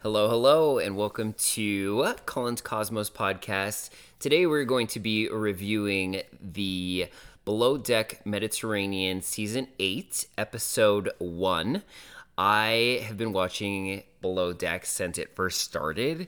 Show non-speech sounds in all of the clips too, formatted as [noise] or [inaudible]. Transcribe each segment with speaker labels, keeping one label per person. Speaker 1: Hello, hello, and welcome to Collins Cosmos Podcast. Today we're going to be reviewing the Below Deck Mediterranean Season 8, Episode 1. I have been watching Below Deck since it first started,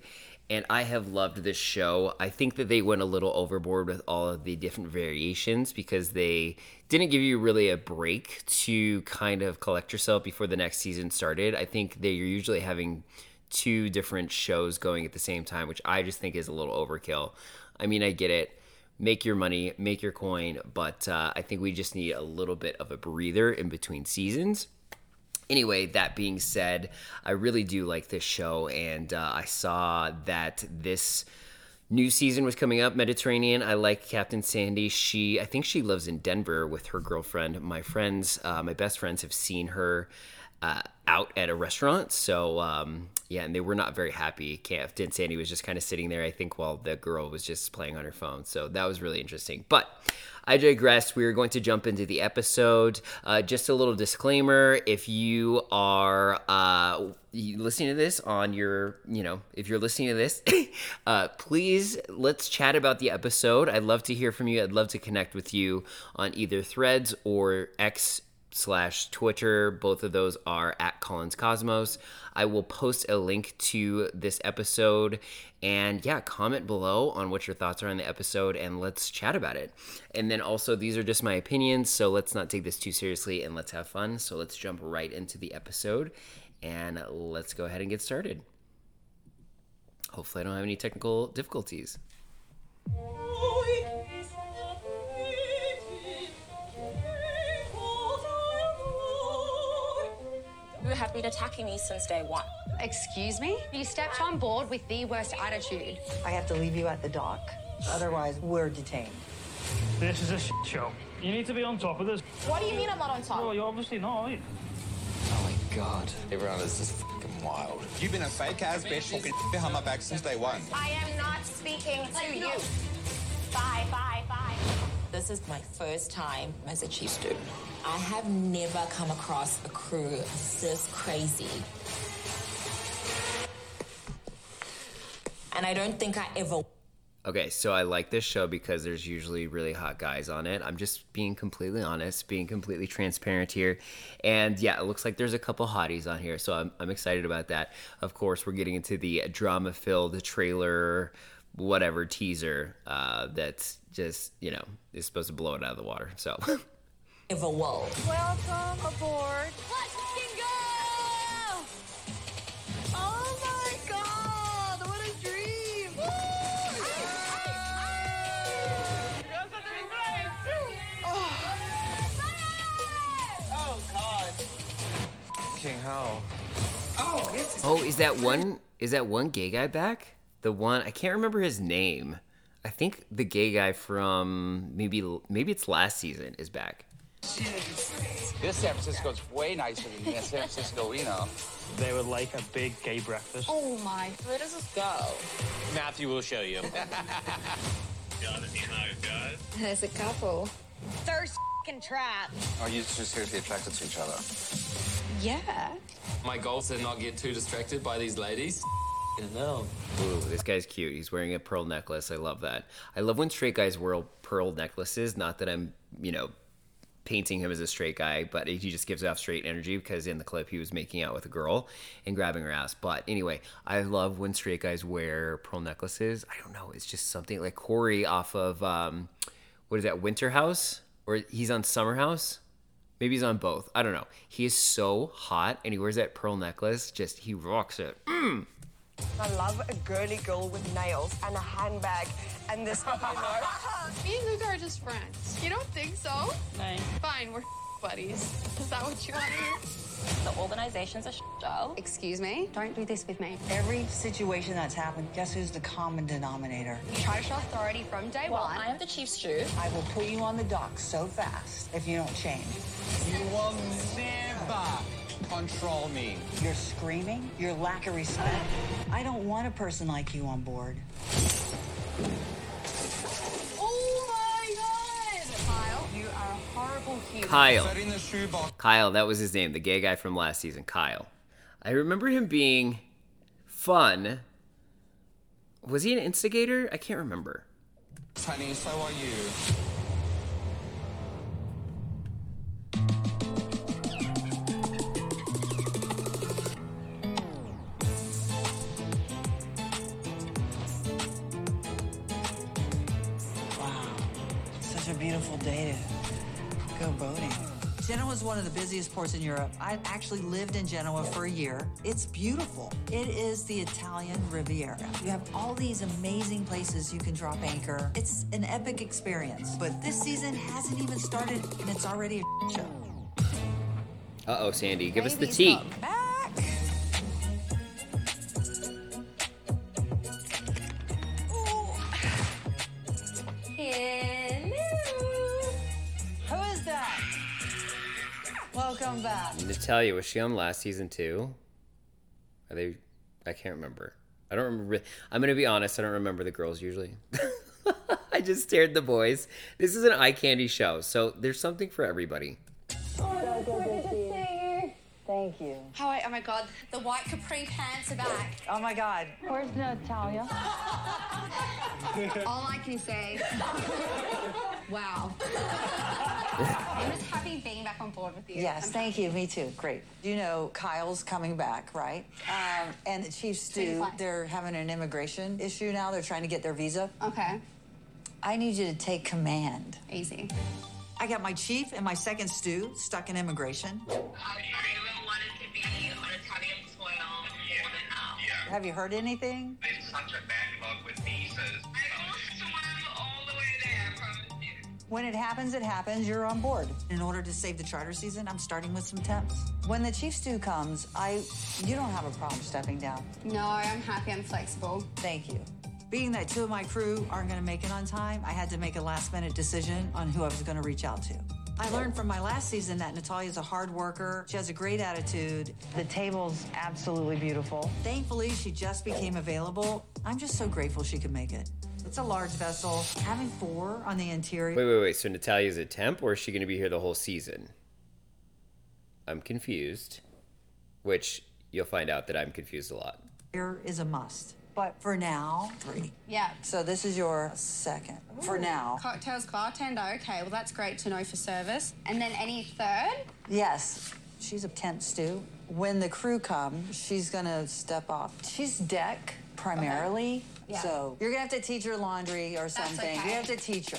Speaker 1: and I have loved this show. I think that they went a little overboard with all of the different variations because they didn't give you really a break to kind of collect yourself before the next season started. I think they're usually having two different shows going at the same time, which I just think is a little overkill. I mean, I get it. Make your money, make your coin, but uh, I think we just need a little bit of a breather in between seasons anyway, that being said, I really do like this show, and uh, I saw that this new season was coming up mediterranean i like captain sandy she i think she lives in denver with her girlfriend my friends uh, my best friends have seen her uh, out at a restaurant so um, yeah and they were not very happy captain sandy was just kind of sitting there i think while the girl was just playing on her phone so that was really interesting but I digress. We are going to jump into the episode. Uh, just a little disclaimer: if you are uh, you listening to this on your, you know, if you're listening to this, [coughs] uh, please let's chat about the episode. I'd love to hear from you. I'd love to connect with you on either Threads or X slash Twitter. Both of those are at Collins Cosmos. I will post a link to this episode. And yeah, comment below on what your thoughts are on the episode and let's chat about it. And then also, these are just my opinions, so let's not take this too seriously and let's have fun. So let's jump right into the episode and let's go ahead and get started. Hopefully, I don't have any technical difficulties.
Speaker 2: You have been attacking me since day one.
Speaker 3: Excuse me? You stepped on board with the worst attitude.
Speaker 4: I have to leave you at the dock. Otherwise, we're detained.
Speaker 5: This is a shit show. You need to be on top of this.
Speaker 2: What do you mean I'm not on top?
Speaker 5: Oh, you're obviously not. are you?
Speaker 6: Oh my god. Everyone is just fucking wild.
Speaker 7: You've been a fake ass bitch talking behind my back since day one.
Speaker 2: I am not speaking to you. Bye, bye, bye.
Speaker 8: This is my first time as a chief student. I have never come across a crew this crazy. And I don't think I ever
Speaker 1: Okay, so I like this show because there's usually really hot guys on it. I'm just being completely honest, being completely transparent here. And yeah, it looks like there's a couple hotties on here, so I'm, I'm excited about that. Of course, we're getting into the drama filled trailer, whatever teaser uh, that's just, you know, is supposed to blow it out of the water. So [laughs]
Speaker 8: ever will.
Speaker 9: Welcome aboard.
Speaker 2: Let's fucking go!
Speaker 9: Oh my god, what a dream!
Speaker 6: King how?
Speaker 1: Oh, is that one? Is that one gay guy back? The one I can't remember his name. I think the gay guy from maybe maybe it's last season is back.
Speaker 7: This San Francisco's way nicer than the San Francisco we know.
Speaker 5: They were like a big gay breakfast.
Speaker 3: Oh my.
Speaker 8: Where does this go?
Speaker 7: Matthew will show [laughs] you.
Speaker 3: There's a couple.
Speaker 9: Thirst fing trap.
Speaker 7: Are Oh, you two seriously attracted to each other?
Speaker 3: Yeah.
Speaker 10: My goal is to not get too distracted by these ladies. No.
Speaker 1: Ooh, this guy's cute. He's wearing a pearl necklace. I love that. I love when straight guys wear pearl necklaces. Not that I'm, you know, painting him as a straight guy, but he just gives off straight energy because in the clip he was making out with a girl and grabbing her ass. But anyway, I love when straight guys wear pearl necklaces. I don't know. It's just something like Corey off of, um, what is that, Winter House? Or he's on Summer House? Maybe he's on both. I don't know. He is so hot and he wears that pearl necklace. Just, he rocks it. Mm.
Speaker 4: I love a girly girl with nails and a handbag and this.
Speaker 11: [laughs]
Speaker 9: Me and Luca are just friends. You don't think so? No. Fine, we're [laughs] buddies. Is that what you want to hear?
Speaker 8: The organization's a [laughs] sh- job.
Speaker 3: Excuse me? Don't do this with me.
Speaker 4: Every situation that's happened, guess who's the common denominator?
Speaker 3: You try to show authority from day
Speaker 8: Well,
Speaker 3: one.
Speaker 8: I am the chief stew.
Speaker 4: I will put you on the dock so fast if you don't change.
Speaker 7: You will never control me.
Speaker 4: You're screaming. Your lack of respect. I don't want a person like you on board.
Speaker 9: Oh my god! Kyle, you are a horrible human.
Speaker 1: Kyle.
Speaker 7: Put in the shoebox.
Speaker 1: Kyle, that was his name, the gay guy from last season, Kyle. I remember him being fun. Was he an instigator? I can't remember.
Speaker 6: Honey, so are you.
Speaker 12: Such a beautiful day to go boating. Genoa is one of the busiest ports in Europe. I actually lived in Genoa for a year. It's beautiful. It is the Italian Riviera. You have all these amazing places you can drop anchor. It's an epic experience. But this season hasn't even started and it's already a show.
Speaker 1: Uh oh, Sandy, give us the
Speaker 12: Baby's
Speaker 1: tea.
Speaker 12: not
Speaker 2: Hello.
Speaker 12: Who is that? Welcome back.
Speaker 1: Natalia, was she on last season too? Are they? I can't remember. I don't remember. I'm gonna be honest. I don't remember the girls usually. [laughs] I just stared at the boys. This is an eye candy show, so there's something for everybody.
Speaker 12: Thank you.
Speaker 3: How I, oh my god, the white capri pants are back.
Speaker 12: Oh my god.
Speaker 3: Where's Natalia? [laughs] All I can say, wow.
Speaker 2: [laughs]
Speaker 3: I'm just happy being back on board with you.
Speaker 12: Yes, thank you. Me too. Great. You know, Kyle's coming back, right? Um, and the Chief Stew, they're having an immigration issue now. They're trying to get their visa.
Speaker 3: Okay.
Speaker 12: I need you to take command.
Speaker 3: Easy.
Speaker 12: I got my chief and my second stew stuck in immigration. Have you heard anything? When it happens, it happens. You're on board. In order to save the charter season, I'm starting with some temps. When the chief stew comes, I you don't have a problem stepping down.
Speaker 3: No, I'm happy. I'm flexible.
Speaker 12: Thank you. Being that two of my crew aren't going to make it on time, I had to make a last minute decision on who I was going to reach out to. I learned from my last season that Natalia's a hard worker. She has a great attitude. The table's absolutely beautiful. Thankfully, she just became available. I'm just so grateful she could make it. It's a large vessel. Having four on the interior.
Speaker 1: Wait, wait, wait. So Natalia's a temp, or is she gonna be here the whole season? I'm confused. Which you'll find out that I'm confused a lot.
Speaker 12: Here is a must. But for now, three.
Speaker 3: Yeah.
Speaker 12: So this is your second. For
Speaker 3: Ooh.
Speaker 12: now.
Speaker 3: Cocktails bartender. Okay, well, that's great to know for service. And then any third?
Speaker 12: Yes, she's a temp stew. When the crew come, she's gonna step off. She's deck primarily,
Speaker 3: Yeah.
Speaker 12: so you're gonna have to teach her laundry or
Speaker 3: That's
Speaker 12: something.
Speaker 3: okay.
Speaker 12: You have to teach her.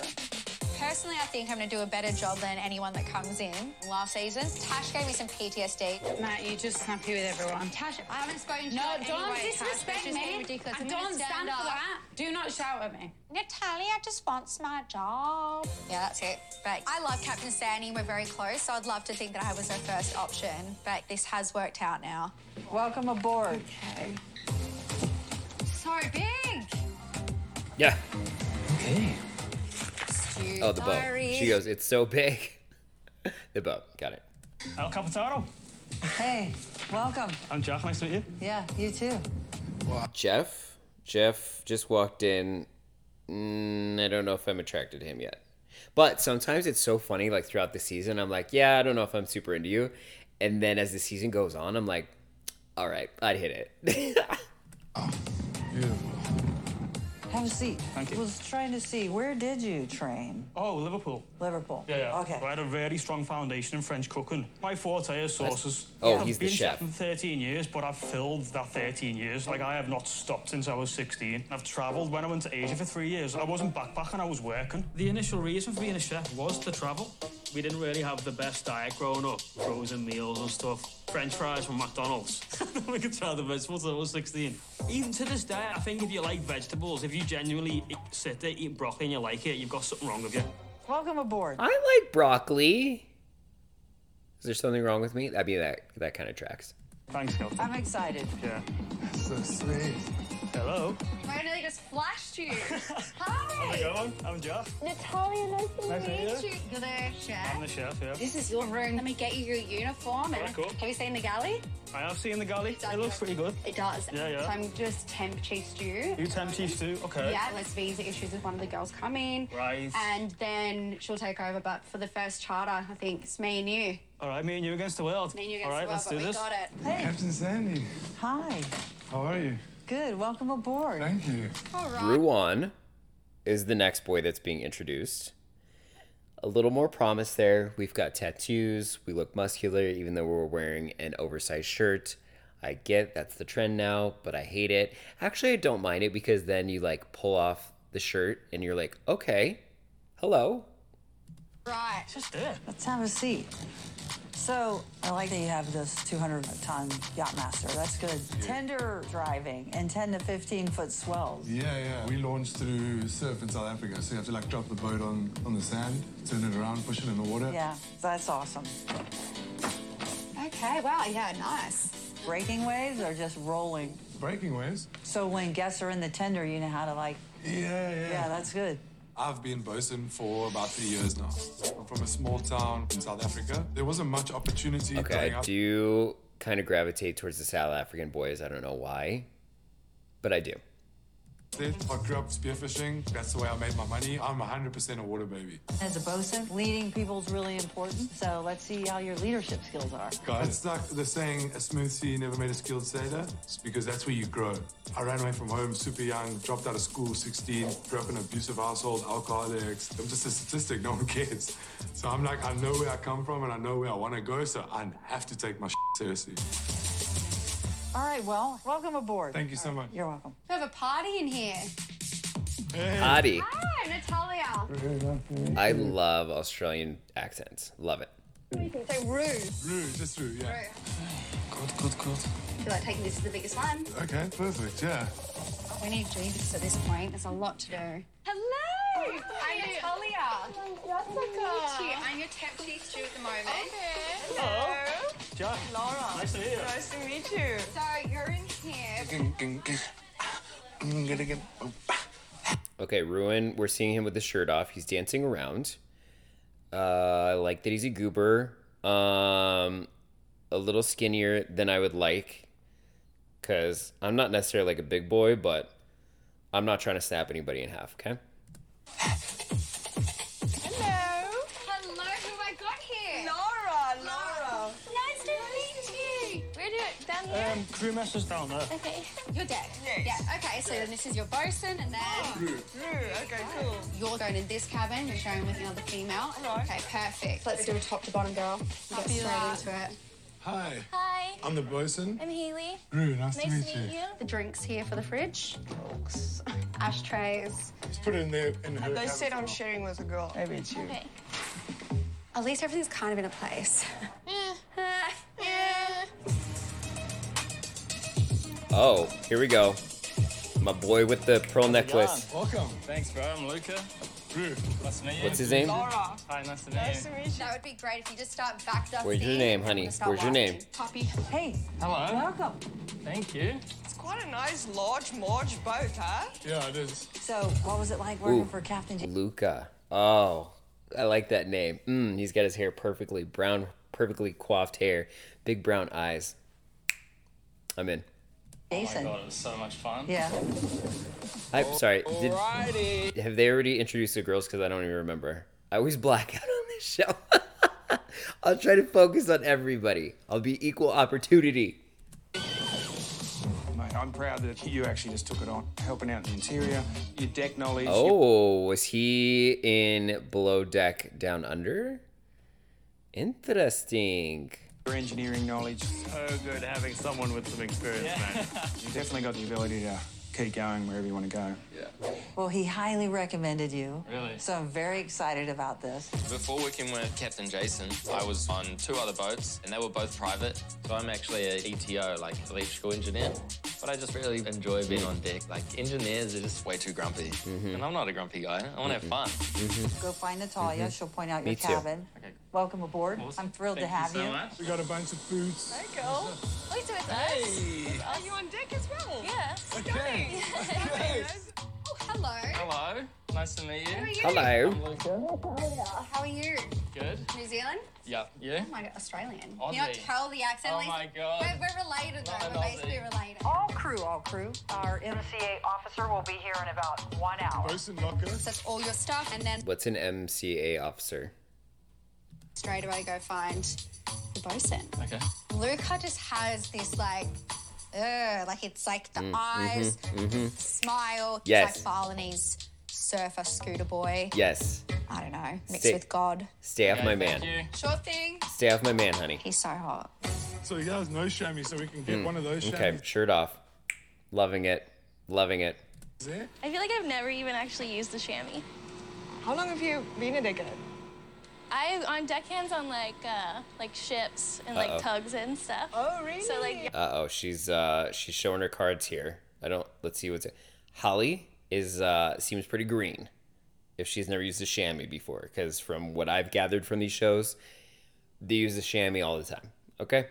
Speaker 2: Personally, I think I'm going to do a better job than anyone that comes in last season. Tash gave me some PTSD.
Speaker 13: Matt, you're just happy with everyone.
Speaker 2: Tash, I haven't spoken to
Speaker 13: No,
Speaker 2: you in any
Speaker 13: don't
Speaker 2: way, Tash.
Speaker 13: disrespect
Speaker 2: That's just
Speaker 13: me.
Speaker 2: being ridiculous.
Speaker 13: I
Speaker 2: I'm gonna
Speaker 13: don't
Speaker 2: stand
Speaker 13: stand for
Speaker 2: up.
Speaker 13: that. Do not shout at me.
Speaker 2: Natalia just wants my job. Yeah, that's it. But I love Captain Sandy. We're very close, so I'd love to think that I was her first option. But this has worked out now.
Speaker 12: Welcome aboard.
Speaker 2: Okay. So big.
Speaker 1: Yeah.
Speaker 2: Stew
Speaker 1: Oh, the boat.
Speaker 2: diary.
Speaker 1: She goes, it's so big. [laughs] the boat. Got it.
Speaker 5: El Capitano.
Speaker 12: Hey, welcome.
Speaker 5: I'm Jack. Nice to meet you.
Speaker 12: Yeah, you too.
Speaker 1: Jeff. Jeff just walked in. Mm, I don't know if I'm attracted to him yet. But sometimes it's so funny, like throughout the season, I'm like, yeah, I don't know if I'm super into you. And then as the season goes on, I'm like, all right, I'd hit it. [laughs]
Speaker 12: Have a seat. Thank you. Was trying to see where did you train?
Speaker 5: Oh, Liverpool.
Speaker 12: Liverpool.
Speaker 5: Yeah, yeah.
Speaker 12: Okay.
Speaker 5: But I had a very strong foundation in French cooking. My forte is sauces.
Speaker 1: Oh,
Speaker 5: I've
Speaker 1: he's the
Speaker 5: been
Speaker 1: chef.
Speaker 5: for 13 years, but I've filled that 13 years. Like, I have not stopped since I was 16. I've travelled. When I went to Asia for three years, I wasn't backpacking, I was working. The initial reason for being a chef was to travel. We didn't really have the best diet growing up. Frozen meals and stuff. French fries from McDonald's. [laughs] we could try the vegetables till I was 16. Even to this day, I think if you like vegetables, if you genuinely eat- sit there, eat broccoli and you like it, you've got something wrong with you.
Speaker 12: Welcome aboard.
Speaker 1: I like broccoli. Is there something wrong with me? I mean, that that kind of tracks.
Speaker 5: Thanks, Nelson.
Speaker 12: I'm excited.
Speaker 5: Yeah.
Speaker 1: So sweet.
Speaker 5: Hello.
Speaker 3: I nearly just
Speaker 5: [laughs]
Speaker 3: flashed you.
Speaker 5: How's it
Speaker 3: Hi.
Speaker 5: going? I'm Jeff.
Speaker 3: Natalia, nice to
Speaker 5: Nice to meet
Speaker 3: meet
Speaker 5: you.
Speaker 3: you. You're the chef.
Speaker 5: I'm the chef, yeah.
Speaker 3: This is your room. Let me get you your uniform.
Speaker 5: Alright, Oh, cool.
Speaker 3: Have you seen the galley?
Speaker 5: I have seen the galley. It looks pretty good.
Speaker 3: It does.
Speaker 5: Yeah, yeah.
Speaker 3: So I'm just temp cheese stew.
Speaker 5: You temp chiefs too? Okay.
Speaker 3: Yeah, there's visa issues with one of the girls coming.
Speaker 5: Right.
Speaker 3: And then she'll take over. But for the first charter, I think it's me and you.
Speaker 5: All right, me and you against the world.
Speaker 3: Me and you
Speaker 5: All
Speaker 3: against
Speaker 5: right,
Speaker 3: the world,
Speaker 5: let's
Speaker 3: but
Speaker 5: do
Speaker 3: we
Speaker 5: this.
Speaker 3: got it.
Speaker 12: Hey.
Speaker 14: Captain Sandy,
Speaker 12: Hi.
Speaker 14: how are you?
Speaker 12: Good. Welcome aboard.
Speaker 1: Thank you.
Speaker 12: All
Speaker 1: Ruan is the next boy that's being introduced. A little more promise there. We've got tattoos. We look muscular, even though we're wearing an oversized shirt. I get that's the trend now, but I hate it. Actually, I don't mind it because then you like pull off the shirt and you're like, okay, hello.
Speaker 12: Right. Just do it. Let's have a seat. So I like that you have this 200 ton Yachtmaster. That's good. Tender driving and 10 to 15 foot swells.
Speaker 14: Yeah, yeah. We launched through surf in South Africa, so you have to like drop the boat on, on the sand, turn it around, push it in the water.
Speaker 12: Yeah, that's awesome.
Speaker 2: Okay, wow, yeah, nice.
Speaker 12: Breaking waves or just rolling?
Speaker 14: Breaking waves.
Speaker 12: So when guests are in the tender, you know how to like.
Speaker 14: Yeah, yeah.
Speaker 12: Yeah, that's good.
Speaker 14: I've been bosun for about three years now. I'm from a small town in South Africa. There wasn't much opportunity
Speaker 1: Okay,
Speaker 14: growing
Speaker 1: I
Speaker 14: up.
Speaker 1: do kind of gravitate towards the South African boys. I don't know why, but I do.
Speaker 14: there. I grew up spearfishing. That's the way I made my money. I'm 100% a water baby.
Speaker 12: As a bosun, leading people is really important. So let's see how your leadership skills are.
Speaker 14: It's like the saying, a smooth sea never made a skilled sailor. It's because that's where you grow. I ran away from home super young, dropped out of school 16, grew up in an abusive household, alcoholics. I'm just a statistic, [laughs] no one cares. So I'm like, I know where I come from and I know where I want to go, so I have to take my [laughs] seriously.
Speaker 12: All right, Oh, well, welcome aboard.
Speaker 14: Thank you so much.
Speaker 12: You're welcome.
Speaker 2: We have a party in here.
Speaker 1: Adi.
Speaker 2: Hi, Natalia.
Speaker 1: I love Australian accents. Love it.
Speaker 2: Say rude.
Speaker 14: Rue, just Rue, yeah. Good, good, good.
Speaker 2: I feel like taking this is the biggest one.
Speaker 14: Okay, perfect, yeah.
Speaker 2: We need Jesus at this point. There's a lot to do. Hello! I'm Natalia.
Speaker 9: Jessica.
Speaker 2: I'm your tap chief stew at the moment.
Speaker 9: Okay.
Speaker 2: Hello.
Speaker 5: Jack.
Speaker 4: Laura.
Speaker 5: Nice to hear you.
Speaker 4: Nice to meet you.
Speaker 2: So you're in here.
Speaker 1: Okay, Ruin, we're seeing him with the shirt off. He's dancing around. Uh, I like that he's a goober. Um, a little skinnier than I would like. Because I'm not necessarily like a big boy, but I'm not trying to snap anybody in half, okay?
Speaker 4: Hello.
Speaker 2: Hello, who I got here?
Speaker 4: Laura, Laura.
Speaker 2: Nice to meet you. Where do it down here?
Speaker 5: Um, crew message down there.
Speaker 2: Okay. Your deck. Yeah. Okay. So then this is your bosun, and then
Speaker 5: Rue.
Speaker 2: Okay. Oh, Cool. You're going in this cabin. You're showing with another female. Okay. Perfect. Let's do a top to bottom, girl. We'll Get
Speaker 9: Copy that.
Speaker 2: straight into it.
Speaker 14: Hi,
Speaker 2: Hi.
Speaker 14: I'm the bosun.
Speaker 2: I'm Haley.
Speaker 14: Rue, nice to meet you.
Speaker 2: The drinks here for the fridge. Books, ashtrays.
Speaker 14: Let's put it in there in her.
Speaker 4: They
Speaker 14: cabin.
Speaker 4: said I'm sharing with a girl. Maybe it's you.
Speaker 2: At least everything's kind of in a [laughs] place.
Speaker 1: Oh, here we go. My boy with the pearl necklace.
Speaker 5: Welcome. Thanks, bro. I'm Luca. Rue. Nice to meet you.
Speaker 1: What's his name?
Speaker 5: Laura. Hi, nice to meet you.
Speaker 2: That would be great if you just start back dusting.
Speaker 1: Where's your name, honey? Where's your name?
Speaker 2: Poppy.
Speaker 12: Hey.
Speaker 5: Hello.
Speaker 12: Welcome.
Speaker 5: Thank you.
Speaker 4: It's quite a nice, large, large boat, huh?
Speaker 14: Yeah, it is.
Speaker 12: So, what was it like working for Captain J?
Speaker 1: Luca. Oh, I like that name. Mm, he's got his hair perfectly brown, perfectly coiffed hair, big brown eyes. I'm in.
Speaker 5: Oh my
Speaker 12: Jason?
Speaker 5: god, it was so much fun.
Speaker 12: Yeah.
Speaker 1: I sorry. Did,
Speaker 5: Alrighty.
Speaker 1: have they already introduced the girls? Because I don't even remember. I always black [laughs] out on this show. I'll try to focus on everybody. I'll be equal opportunity.
Speaker 15: Mate, I'm proud that you actually just took it on, helping out in the interior, your deck knowledge.
Speaker 1: Oh, was he in Below Deck Down Under? Interesting.
Speaker 15: Your engineering knowledge.
Speaker 5: So good having someone with some experience, man.
Speaker 15: [laughs] You definitely got the ability to keep going wherever you want to go. Yeah.
Speaker 12: Well, he highly recommended you.
Speaker 10: Really?
Speaker 12: So, I'm very excited about this.
Speaker 10: Before working with Captain Jason, I was on two other boats, and they were both private. So I'm actually a ETO, like electrical engineer. But I just really enjoy being on deck. Like engineers are just way too grumpy, and I'm not a grumpy guy. I want to have fun.
Speaker 12: Go find Natalia.
Speaker 10: Mhm.
Speaker 12: She'll point out
Speaker 10: Me
Speaker 12: your
Speaker 10: too.
Speaker 12: cabin. Welcome aboard. I'm thrilled to have
Speaker 14: We got a bunch of boots.
Speaker 4: Hey, girl.
Speaker 9: Wait, so it's
Speaker 14: Hey.
Speaker 9: us. Are you on deck as well? Yeah. [laughs]
Speaker 14: Okay.
Speaker 9: Okay.
Speaker 2: Oh, hello.
Speaker 5: Hello. Nice to meet you.
Speaker 2: Who are you?
Speaker 1: Hello.
Speaker 5: I'm Luca.
Speaker 2: How are you?
Speaker 5: Good.
Speaker 2: New Zealand?
Speaker 5: Yeah. You?
Speaker 2: Oh my god, Australian.
Speaker 5: Aussie.
Speaker 2: You don't tell the accent.
Speaker 5: Oh
Speaker 2: at least.
Speaker 5: my God.
Speaker 2: We're, we're related
Speaker 5: Not
Speaker 2: though.
Speaker 5: an
Speaker 2: We're
Speaker 5: Aussie.
Speaker 2: basically related.
Speaker 12: All crew, all crew. Our MCA officer will be here in about one hour.
Speaker 14: Bosun locker.
Speaker 2: So that's all your stuff, and then
Speaker 1: What's an MCA officer?
Speaker 2: straight away go find the bosun.
Speaker 1: Okay.
Speaker 2: Luca just has this like ugh, like it's like the
Speaker 1: Mm, mhm,
Speaker 2: eyes, Mm-hmm.
Speaker 1: mhm.
Speaker 2: smile. He's
Speaker 1: Yes.
Speaker 2: like Balinese surfer scooter boy.
Speaker 1: Yes.
Speaker 2: I don't know. Mixed
Speaker 1: Stay-
Speaker 2: with God.
Speaker 1: Stay off my man.
Speaker 2: Sure thing.
Speaker 1: Stay off my man, honey.
Speaker 2: He's so hot.
Speaker 14: So he has no chamois, so we can get
Speaker 1: Mm,
Speaker 14: one of those chamois.
Speaker 1: Okay, shirt off. Loving it. Loving it.
Speaker 11: I feel like I've never even actually used a chamois.
Speaker 4: How long have you been a dickhead?
Speaker 11: I on deckhands on like uh, like ships and like
Speaker 1: Uh-oh.
Speaker 11: tugs and stuff. Oh really? So like
Speaker 1: Uh oh, she's uh she's showing her cards here. I don't let's see what's Holly is uh seems pretty green if she's never used a chamois before, because from what I've gathered from these shows, they use the chamois all the time. Okay?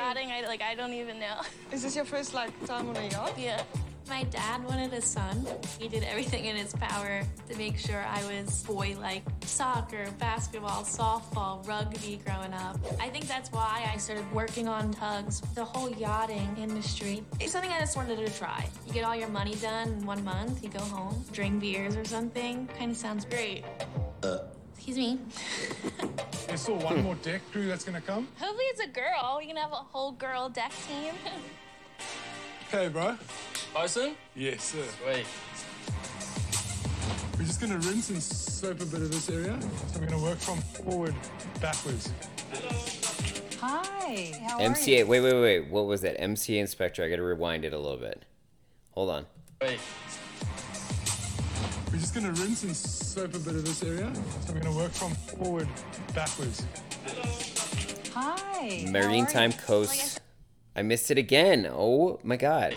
Speaker 11: yachting, I like I don't even know. [laughs]
Speaker 4: Is this your first like time on a yacht?
Speaker 11: Yeah.
Speaker 16: My dad wanted a son. He did everything in his power to make sure I was boy like soccer, basketball, softball, rugby growing up. I think that's why I started working on tugs, the whole yachting industry. It's something I just wanted to try. You get all your money done in one month, you go home, drink beers or something. Kind of sounds great. Excuse me.
Speaker 14: There's still one more deck crew that's gonna come.
Speaker 11: Hopefully it's a girl. We can have a whole girl deck team. [laughs]
Speaker 14: Okay, bro.
Speaker 10: Bosun?
Speaker 14: Yes, sir.
Speaker 10: Wait.
Speaker 14: We're just gonna rinse and soap a bit of this area. So we're gonna work from forward backwards.
Speaker 12: Hi. How
Speaker 1: MCA wait, wait, wait, what was that? MCA inspector, I gotta rewind it a little bit. Hold on.
Speaker 10: Wait.
Speaker 14: We're just gonna rinse and soap a bit of this area. So we're gonna work from forward backwards.
Speaker 12: Hi.
Speaker 1: Marine Time Coast. I missed it again. Oh my god.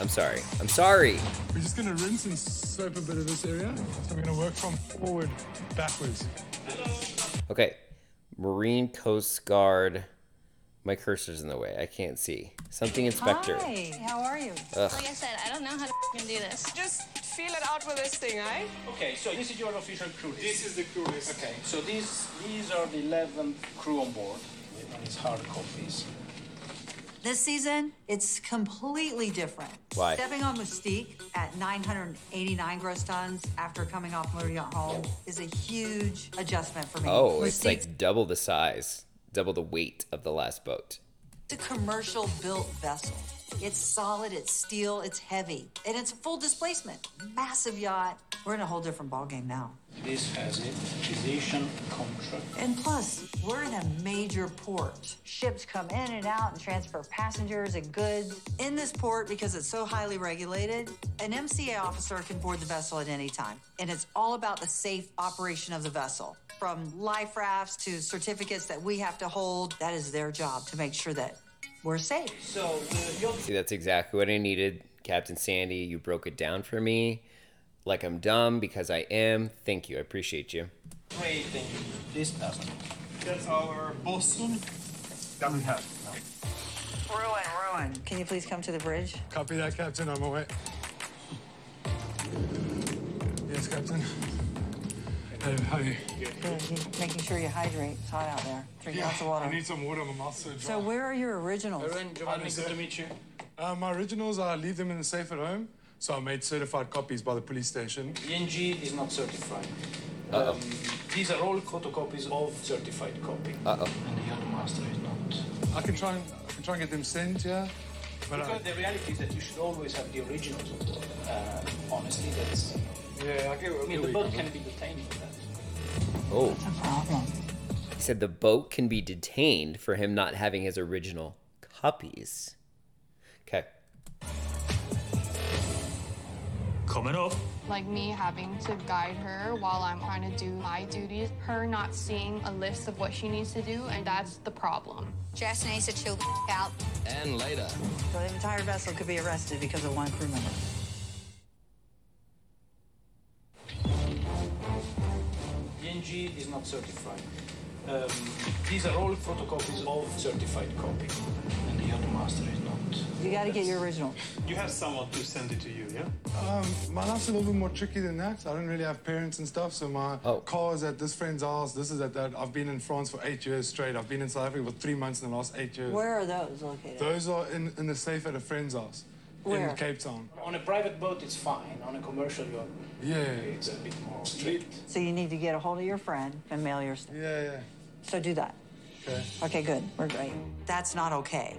Speaker 1: I'm sorry. I'm sorry.
Speaker 14: We're just gonna rinse and soap a bit of this area. So we're gonna work from forward backwards.
Speaker 1: Okay. Marine Coast Guard. My cursor's in the way. I can't see. Something inspector.
Speaker 12: Hi. How are you?
Speaker 1: Ugh.
Speaker 11: Like I said, I don't know how to f***ing do this.
Speaker 4: Just feel it out with this thing, eh?
Speaker 17: Okay, so this is your official crew list.
Speaker 14: This is the crew list.
Speaker 17: Okay, so these these are the 11 crew on board. And it's hard copies.
Speaker 12: This season, it's completely different.
Speaker 17: Why?
Speaker 12: Stepping on Mystique at 989 gross tons after coming off Motor Yacht Home is a huge adjustment for me.
Speaker 1: Oh, it's
Speaker 12: Mystique's
Speaker 1: like double the size, double the weight of the last boat.
Speaker 12: a commercial built vessel. It's solid, it's steel, it's heavy, and it's a full displacement. Massive yacht. We're in a whole different ballgame now.
Speaker 17: This has a physician contract.
Speaker 12: And plus, we're in a major port. Ships come in and out and transfer passengers and goods. In this port, because it's so highly regulated, an MCA officer can board the vessel at any time. And it's all about the safe operation of the vessel. From life rafts to certificates that we have to hold, that is their job to make sure that we're safe.
Speaker 17: So the yacht
Speaker 1: See, that's exactly what I needed. Captain Sandy, you broke it down for me. Like I'm dumb because I am. Thank you. I appreciate you.
Speaker 17: rating, this doesn't. That's our Boston. Doesn't have.
Speaker 12: Ruin, ruin. Can you please come to the bridge?
Speaker 14: Copy that, Captain. On my way. Yes, Captain. Hey, how are you?
Speaker 12: Good. You- Making sure you hydrate. It's hot out there. Drink lots of water.
Speaker 14: I need some water. My mouth's so dry.
Speaker 12: So, where are your originals?
Speaker 14: Giovanni, good to meet you. Uh, my originals, I leave them in the safe at home. So I made certified copies by the police station.
Speaker 17: ENG E is not certified.
Speaker 14: Uh-oh.
Speaker 17: Um, these are all photocopies of certified copy.
Speaker 1: Uh-oh.
Speaker 17: And the headmaster is not.
Speaker 14: I can try and I can try and get them sent, yeah. But I,
Speaker 17: because the reality is that you should always have the originals on board. Uh, honestly, that's. Yeah, I get I mean, the boat can be detained for that.
Speaker 1: Oh. He said the boat can be detained for him not having his original copies. Okay.
Speaker 5: Coming up.
Speaker 9: Like me having to guide her while I'm trying to do my duties, her not seeing a list of what she needs to do, and that's the problem.
Speaker 2: Jess needs to chill the [laughs] f- out.
Speaker 10: And later.
Speaker 12: So the entire vessel could be arrested because of one crew member.
Speaker 17: ENG is not certified. Um, these are all photocopies of certified copy. And the headmaster is not.
Speaker 12: You got to get your original.
Speaker 17: You have someone to send it to you, yeah?
Speaker 14: um, my life's a little bit more tricky than that. I don't really have parents and stuff, so my car is at this friend's house. This is at that. I've been in France for eight years straight. I've been in South Africa for three months in the last eight years.
Speaker 12: Where are those located?
Speaker 14: Those are in, in the safe at a friend's house
Speaker 12: Where?
Speaker 14: in Cape Town.
Speaker 17: On a private boat, it's fine. On a commercial yacht,
Speaker 14: Yeah.
Speaker 17: it's a bit more strict.
Speaker 12: So you need to get a hold of your friend and mail your stuff.
Speaker 14: Yeah, yeah.
Speaker 12: So do that.
Speaker 14: Okay.
Speaker 12: Okay, good. We're great. That's not okay.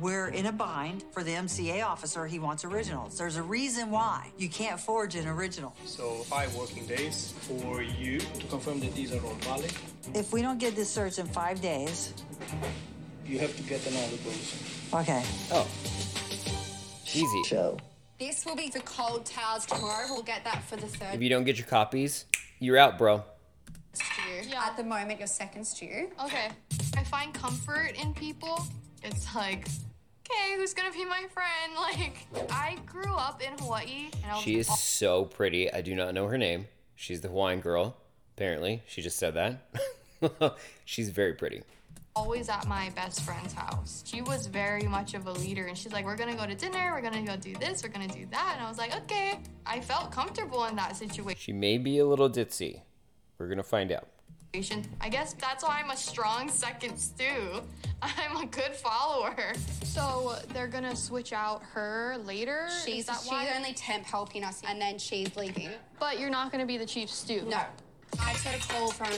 Speaker 12: We're in a bind. For the MCA officer, he wants originals. There's a reason why you can't forge an original.
Speaker 17: So five working days for you to confirm that these are all valid.
Speaker 12: If we don't get this search in five days,
Speaker 17: You have to get another person.
Speaker 12: okay.
Speaker 1: Oh. Easy. Show.
Speaker 2: This will be for cold towels tomorrow. We'll get that for the
Speaker 1: If
Speaker 2: third
Speaker 1: you don't get your copies, you're out, bro.
Speaker 2: stew. At the moment, your second stew.
Speaker 9: Okay. I find comfort in people. It's like, okay, who's gonna be my friend? [laughs] Like, I grew up in Hawaii and I was
Speaker 1: She is so pretty. I do not know her name. She's the Hawaiian girl. Apparently, she just said that. [laughs] She's very pretty.
Speaker 9: always at my best friend's house. She was very much of a leader, and she's like, We're gonna go to dinner, we're gonna go do this, we're gonna do that. And I was like, Okay. I felt comfortable in that situation.
Speaker 1: She may be a little ditzy. We're gonna find out.
Speaker 9: I guess that's why I'm a strong second stew. [laughs] I'm a good follower. So they're gonna switch out her later?
Speaker 13: She's, she's only temp helping us, and then she's leaving.
Speaker 9: But you're not gonna be the chief stew.
Speaker 13: No. I just got a call from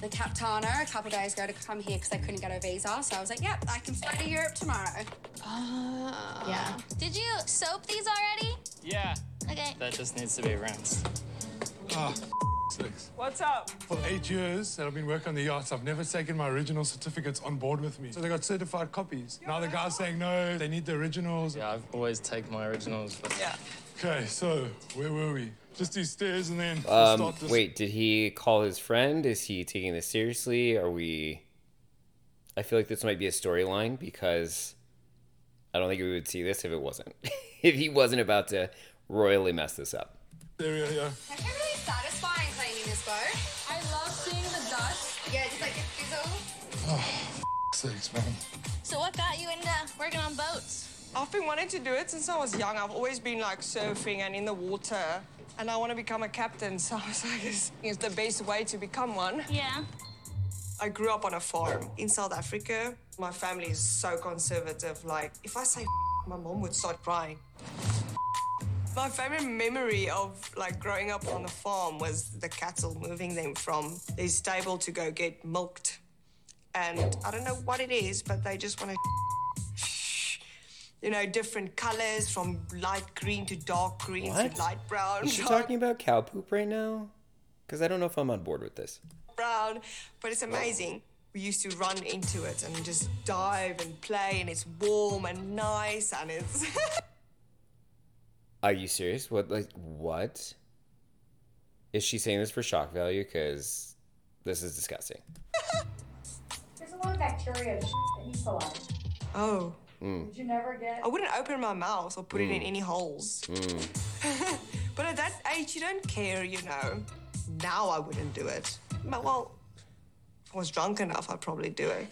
Speaker 13: the Captana a couple days ago to come here because they couldn't get a visa. So I was like, yep, I can fly to Europe
Speaker 2: [gasps]
Speaker 13: tomorrow.
Speaker 2: Uh,
Speaker 11: yeah. Did you Oh, soap these already?
Speaker 10: Yeah.
Speaker 11: Okay.
Speaker 10: That just needs to be rinsed.
Speaker 14: Ah, six.
Speaker 4: What's up?
Speaker 14: For eight years that I've been working on the yachts, I've never taken my original certificates on board with me. So they got certified copies. Now the guy's saying no, they need the originals.
Speaker 10: Yeah, I've always take my originals. Yeah.
Speaker 14: Okay, so where were we? Just these stairs and then we'll
Speaker 1: Um,
Speaker 14: start this. [laughs]
Speaker 1: wait, did he call his friend? Is he taking this seriously? Are we? I feel like this might be a storyline because I don't think we would see this if it wasn't. [laughs] if he wasn't about to royally mess this up.
Speaker 14: There we are, yeah.
Speaker 2: It's really satisfying cleaning this boat. I love seeing the dust. Yeah, it's like a fizzle.
Speaker 14: Six, man.
Speaker 11: So what got you into working on boats?
Speaker 4: I've been wanting to do it since I was young. I've always been like surfing and in the water. And I want to become a captain, [laughs] so I was like, it's it's the best way to become one.
Speaker 11: Yeah.
Speaker 4: I grew up on a farm in South Africa. My family is so conservative. Like, if I say [laughs] my mom would start crying. My favorite memory of like growing up on the farm was the cattle moving them from their stable to go get milked. And I don't know what it is, but they just want to [laughs] you know, different colors from light green to dark green
Speaker 1: What?
Speaker 4: to light brown. [laughs]
Speaker 1: Is she talking about cow poop right now? Because I don't know if I'm on board with this.
Speaker 4: brown, but it's amazing. We used to run into it and just dive and play, and it's warm and nice, and it's. [laughs]
Speaker 1: Are you serious? What like what? Is she saying this for shock value? Because this is disgusting.
Speaker 4: There's a lot of bacteria and that needs to life. Oh.
Speaker 1: Mm.
Speaker 4: you never get? I wouldn't open my mouth or put it in
Speaker 1: Mm.
Speaker 4: any holes. [laughs]
Speaker 1: Mm.
Speaker 4: But at that age, you don't care, you know. Now I wouldn't do it. But, well, if I was drunk enough, I'd probably do it.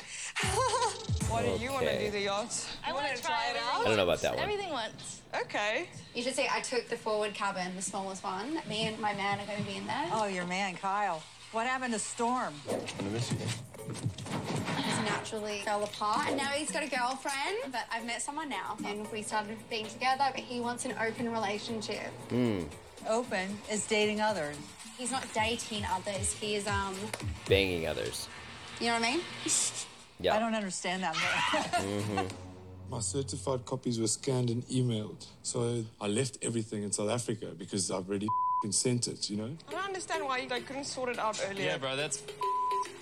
Speaker 4: Why do you want to
Speaker 1: Okay.
Speaker 4: do the yacht?
Speaker 11: I want to try, it
Speaker 1: I don't know about that one.
Speaker 11: Everything once.
Speaker 4: Okay.
Speaker 2: You should see, I took the forward cabin, the smallest one. Me and my man are going to be in there.
Speaker 12: Oh, your man, Kyle. What happened to Storm?
Speaker 2: Just naturally fell apart. And now he's got a girlfriend, but I've met someone now. And we started being together, but he wants an open relationship.
Speaker 1: Mm.
Speaker 12: Open is dating others.
Speaker 2: He's not dating others. He is, um,
Speaker 1: Banging others.
Speaker 2: you know what I mean?
Speaker 1: Yeah.
Speaker 12: I don't understand that.
Speaker 1: Mm-hmm.
Speaker 14: My certified copies were scanned and emailed. So I left everything in South Africa because I've already [laughs] been sent it, you know?
Speaker 4: I don't understand why you like, couldn't sort it out earlier.
Speaker 10: Yeah, bro, that's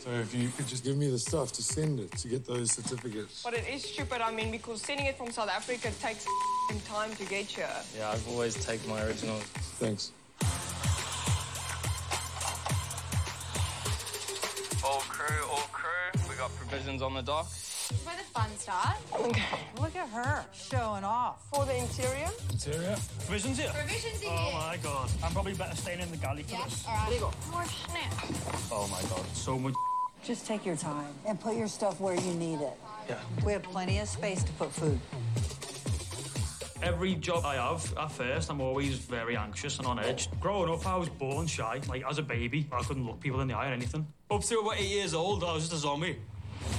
Speaker 14: So if you could just give me the stuff to send it to get those certificates.
Speaker 4: But it is stupid, I mean, because sending it from South Africa takes [laughs] time to get here.
Speaker 10: yeah. I've always take my originals.
Speaker 14: Thanks.
Speaker 10: All crew, all crew. We got provisions on the dock.
Speaker 2: This is where the fun starts.
Speaker 4: Okay.
Speaker 12: Look at her showing off.
Speaker 4: For the interior?
Speaker 14: Interior?
Speaker 5: Provisions here.
Speaker 2: Provisions in
Speaker 5: Oh
Speaker 2: here.
Speaker 5: my god. I'm probably better staying in the galley for this.
Speaker 2: All right.
Speaker 4: Legal.
Speaker 2: More snacks.
Speaker 5: Oh my god. So much.
Speaker 12: Just take your time and put your stuff where you need it.
Speaker 5: Yeah.
Speaker 12: We have plenty of space to put food.
Speaker 5: Every job I have, at first, I'm always very anxious and on edge. Growing up, I was born shy. Like, as a baby, I couldn't look people in the eye or anything. Up to about eight years old, I was just a zombie.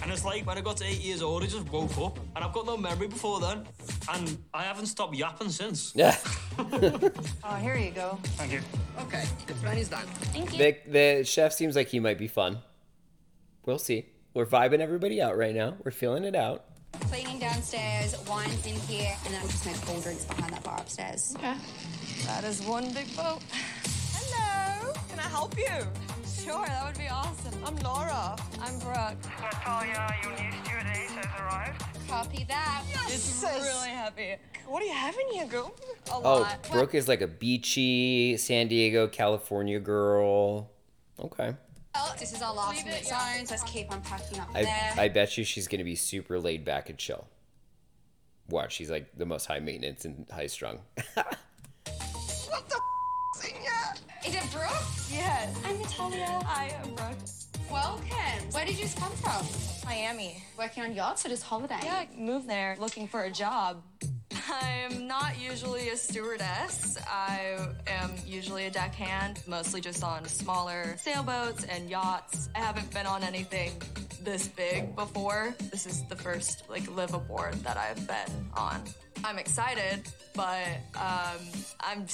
Speaker 5: And it's like when I got to eight years old, I just woke up and I've got no memory before then. And I haven't stopped yapping since.
Speaker 1: Yeah.
Speaker 12: Oh, here you go.
Speaker 5: Thank you.
Speaker 18: Okay, the plan is done.
Speaker 11: Thank
Speaker 1: The, the chef seems like he might be fun. We'll see. We're vibing everybody out right now. We're feeling it out.
Speaker 13: Cleaning downstairs, wine's in here, and then I just make cool drinks behind that bar upstairs. Okay. That is one big boat.
Speaker 4: Hello. Can I help you?
Speaker 13: Sure, that would be awesome.
Speaker 4: I'm Laura.
Speaker 13: I'm Brooke.
Speaker 19: Natalia, your new stewardess has arrived.
Speaker 13: Copy that.
Speaker 4: Yes,
Speaker 13: It's
Speaker 4: sis.
Speaker 13: really heavy.
Speaker 4: What do you have in here, girl? A
Speaker 1: Oh,
Speaker 4: lot.
Speaker 1: Brooke is like a beachy San Diego, California girl. Okay.
Speaker 13: Well, this is our last minute zones. Let's keep unpacking up
Speaker 1: I,
Speaker 13: there.
Speaker 1: I bet you she's going to be super laid back and chill. Wow, she's like the most high maintenance and high strung.
Speaker 13: What the f- is it Brooke? Yes. I'm Natalia. I am Brooke. Welcome. Where did you come from? Miami. Working on yachts or just holiday?
Speaker 3: Yeah, I moved there looking for a job. I'm not usually a stewardess. I am usually a deckhand, mostly just on smaller sailboats and yachts. I haven't been on anything this big before. This is the first like live aboard that I've been on. I'm excited, but um, I'm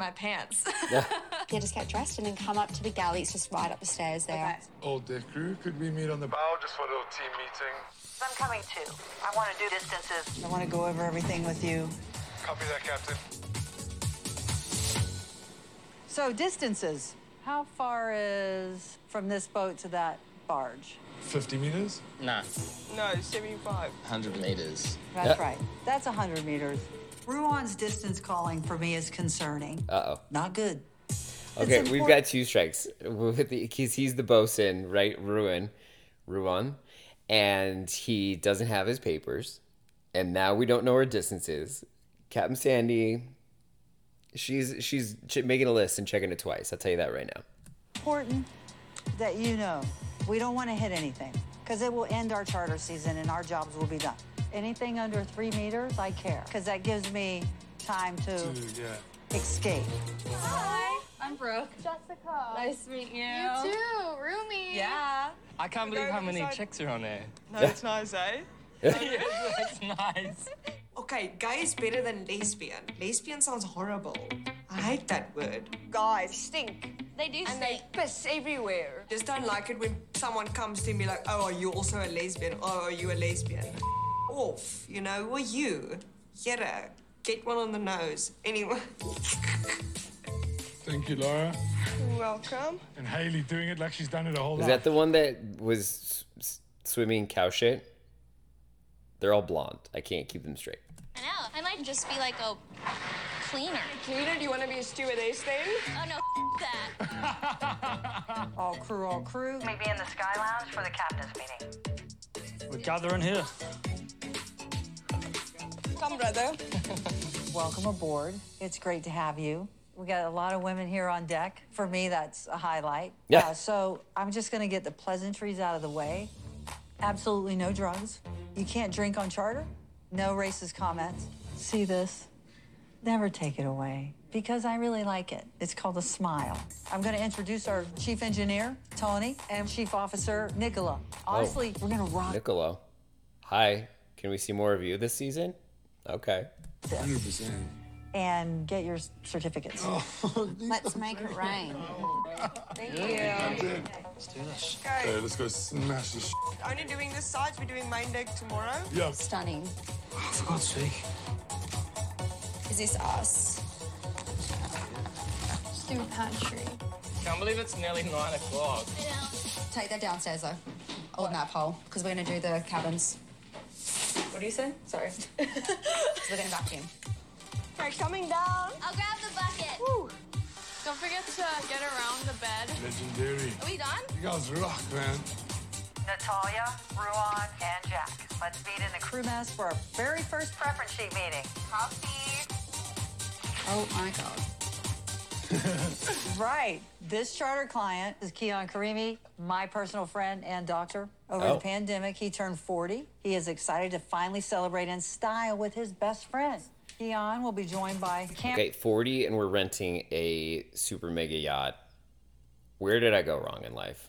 Speaker 3: my pants.
Speaker 13: [laughs]
Speaker 3: [laughs]
Speaker 13: yeah, just get dressed and then come up to the galley. It's just right up the stairs there.
Speaker 14: Old deck crew, could we meet on the bow just for a little team meeting?
Speaker 19: I'm coming too. I want to do distances.
Speaker 12: I want to go over everything with you.
Speaker 14: Copy that, Captain.
Speaker 12: So, distances. How far is from this boat to that barge?
Speaker 14: 50 meters?
Speaker 10: Nah,
Speaker 4: No, 75.
Speaker 10: 100 meters.
Speaker 12: That's right. That's 100 meters. Ruan's distance calling for me is concerning.
Speaker 1: Uh oh.
Speaker 12: Not good.
Speaker 1: Okay,
Speaker 12: It's
Speaker 1: we've
Speaker 12: impor-
Speaker 1: got two strikes. Because he's the bosun, right? Ruin. Ruan. And he doesn't have his papers. And now we don't know her distances. Captain Sandy, she's she's ch- making a list and checking it twice. I'll tell you that right now.
Speaker 12: important that you know we don't want to hit anything because it will end our charter season and our jobs will be done. Anything under three meters, I care because that gives me time to
Speaker 14: Dude, yeah.
Speaker 12: escape.
Speaker 13: Hi, I'm Brooke.
Speaker 9: Jessica.
Speaker 13: Nice to meet you.
Speaker 9: You too, roomie.
Speaker 13: Yeah.
Speaker 10: I can't
Speaker 4: believe how many
Speaker 10: chicks are on there.
Speaker 4: No, it's nice, eh?
Speaker 10: That's nice.
Speaker 4: Okay, gay is better than lesbian. Lesbian sounds horrible. I hate that word. Guys stink.
Speaker 3: They do
Speaker 4: And they piss everywhere. Just don't like it when someone comes to me like, oh, are you also a lesbian? Oh, are you a lesbian? Off, you know, were you? Yetta, get one on the nose. Anyway.
Speaker 14: Thank you, Laura.
Speaker 4: Welcome.
Speaker 14: And Haley doing it like she's done it a
Speaker 12: Oh,
Speaker 14: whole
Speaker 1: Is that the one that was s- s- swimming cow shit? They're all blonde. I can't keep them straight.
Speaker 11: I know. I might just be like a cleaner.
Speaker 4: Cleaner? Do you want to be a stewardess then?
Speaker 11: Oh no, f- that.
Speaker 12: All crew, all crew.
Speaker 19: Meet me in the Sky Lounge for the captain's meeting.
Speaker 5: We're gathering here.
Speaker 4: Come, brother.
Speaker 12: [laughs] Welcome aboard. It's great to have you. We got a lot of women here on deck. For me, that's a highlight.
Speaker 1: Yeah.
Speaker 12: Uh, so I'm just going to get the pleasantries out of the way. Absolutely no drugs. You can't drink on charter. No racist comments. See this? Never take it away because I really like it. It's called a smile. I'm going to introduce our chief engineer, Tony, and chief officer, Nicola. Honestly, we're going to rock
Speaker 1: Niccolo. Hi. Can we see more of you this season? Okay.
Speaker 14: 100%.
Speaker 12: and get your certificates.
Speaker 13: [laughs] Let's make it rain.
Speaker 4: Thank you.
Speaker 14: Let's do this.
Speaker 4: Okay.
Speaker 14: Okay, let's go smash this. Sh-
Speaker 4: Only doing this side, we're doing main deck tomorrow.
Speaker 14: yeah.
Speaker 13: Stunning.
Speaker 14: For God's sake.
Speaker 13: Is this us?
Speaker 9: Stew pantry.
Speaker 10: Can't believe it's nearly 9 o'clock.
Speaker 13: Take that downstairs though. Old map hole, because we're gonna do the cabins. What do you say?
Speaker 2: [laughs]
Speaker 13: Sorry. we're gonna vacuum.
Speaker 4: Okay, coming down.
Speaker 11: I'll grab the bucket.
Speaker 16: Don't forget to get around the bed.
Speaker 14: Legendary.
Speaker 16: Are we done?
Speaker 14: You guys rock, man.
Speaker 19: Natalia, Ruan, and Jack. Let's meet in the
Speaker 12: crew mass for our very first
Speaker 19: preference sheet meeting. Copy.
Speaker 13: Oh my god.
Speaker 12: Right. This charter client is Keon Karimi, my personal friend and doctor. Over
Speaker 19: Oh.
Speaker 12: the pandemic, he turned 40. He is excited to finally celebrate in style with his best friend. Keon will be joined by Cam.
Speaker 1: Okay, 40 and we're renting a super mega yacht. Where did I go wrong in life?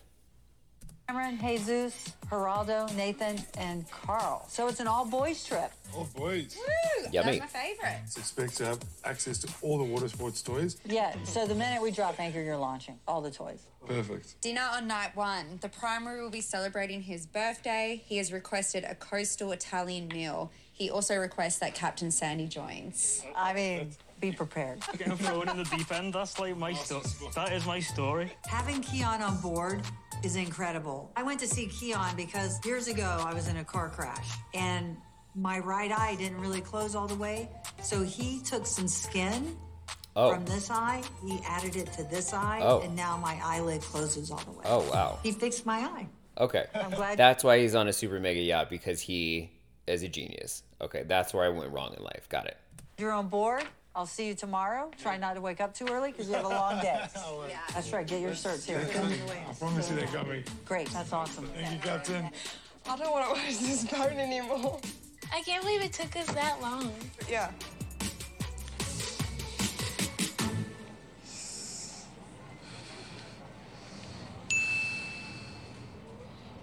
Speaker 12: Cameron, Jesus, Geraldo, Nathan, and Carl. So it's an all boys trip.
Speaker 14: Oh, boys.
Speaker 12: Woo!
Speaker 14: Yummy.
Speaker 12: my favorite.
Speaker 14: It's expected to have access to all the water sports toys.
Speaker 12: Yeah, so the minute we drop anchor, you're launching all the toys.
Speaker 14: Perfect.
Speaker 2: Dinner on night one. The primary will be celebrating his birthday. He has requested a coastal Italian meal. He also requests that Captain Sandy joins.
Speaker 12: I mean, be prepared.
Speaker 5: Getting thrown in the deep end. That's like my sto- That is my story.
Speaker 12: Having Keon on board is incredible. I went to see Keon because years ago I was in a car crash and my right eye didn't really close all the way. So he took some skin
Speaker 1: Oh.
Speaker 12: from this eye, he added it to this eye,
Speaker 1: Oh.
Speaker 12: and now my eyelid closes all the way.
Speaker 1: Oh wow.
Speaker 12: He fixed my eye.
Speaker 1: Okay.
Speaker 12: I'm glad-
Speaker 1: That's why he's on a super mega yacht because he is a genius. Okay, that's where I went wrong in life. Got it.
Speaker 12: You're on board. I'll see you tomorrow. Try not to wake up too early because you have a long day. [laughs] That's right. Get your certs here.
Speaker 14: I promise you they got me.
Speaker 12: Great. That's awesome.
Speaker 14: Thank you, Captain.
Speaker 4: I don't want to [laughs] watch this bone anymore.
Speaker 16: I can't believe it took us that long.
Speaker 4: Yeah.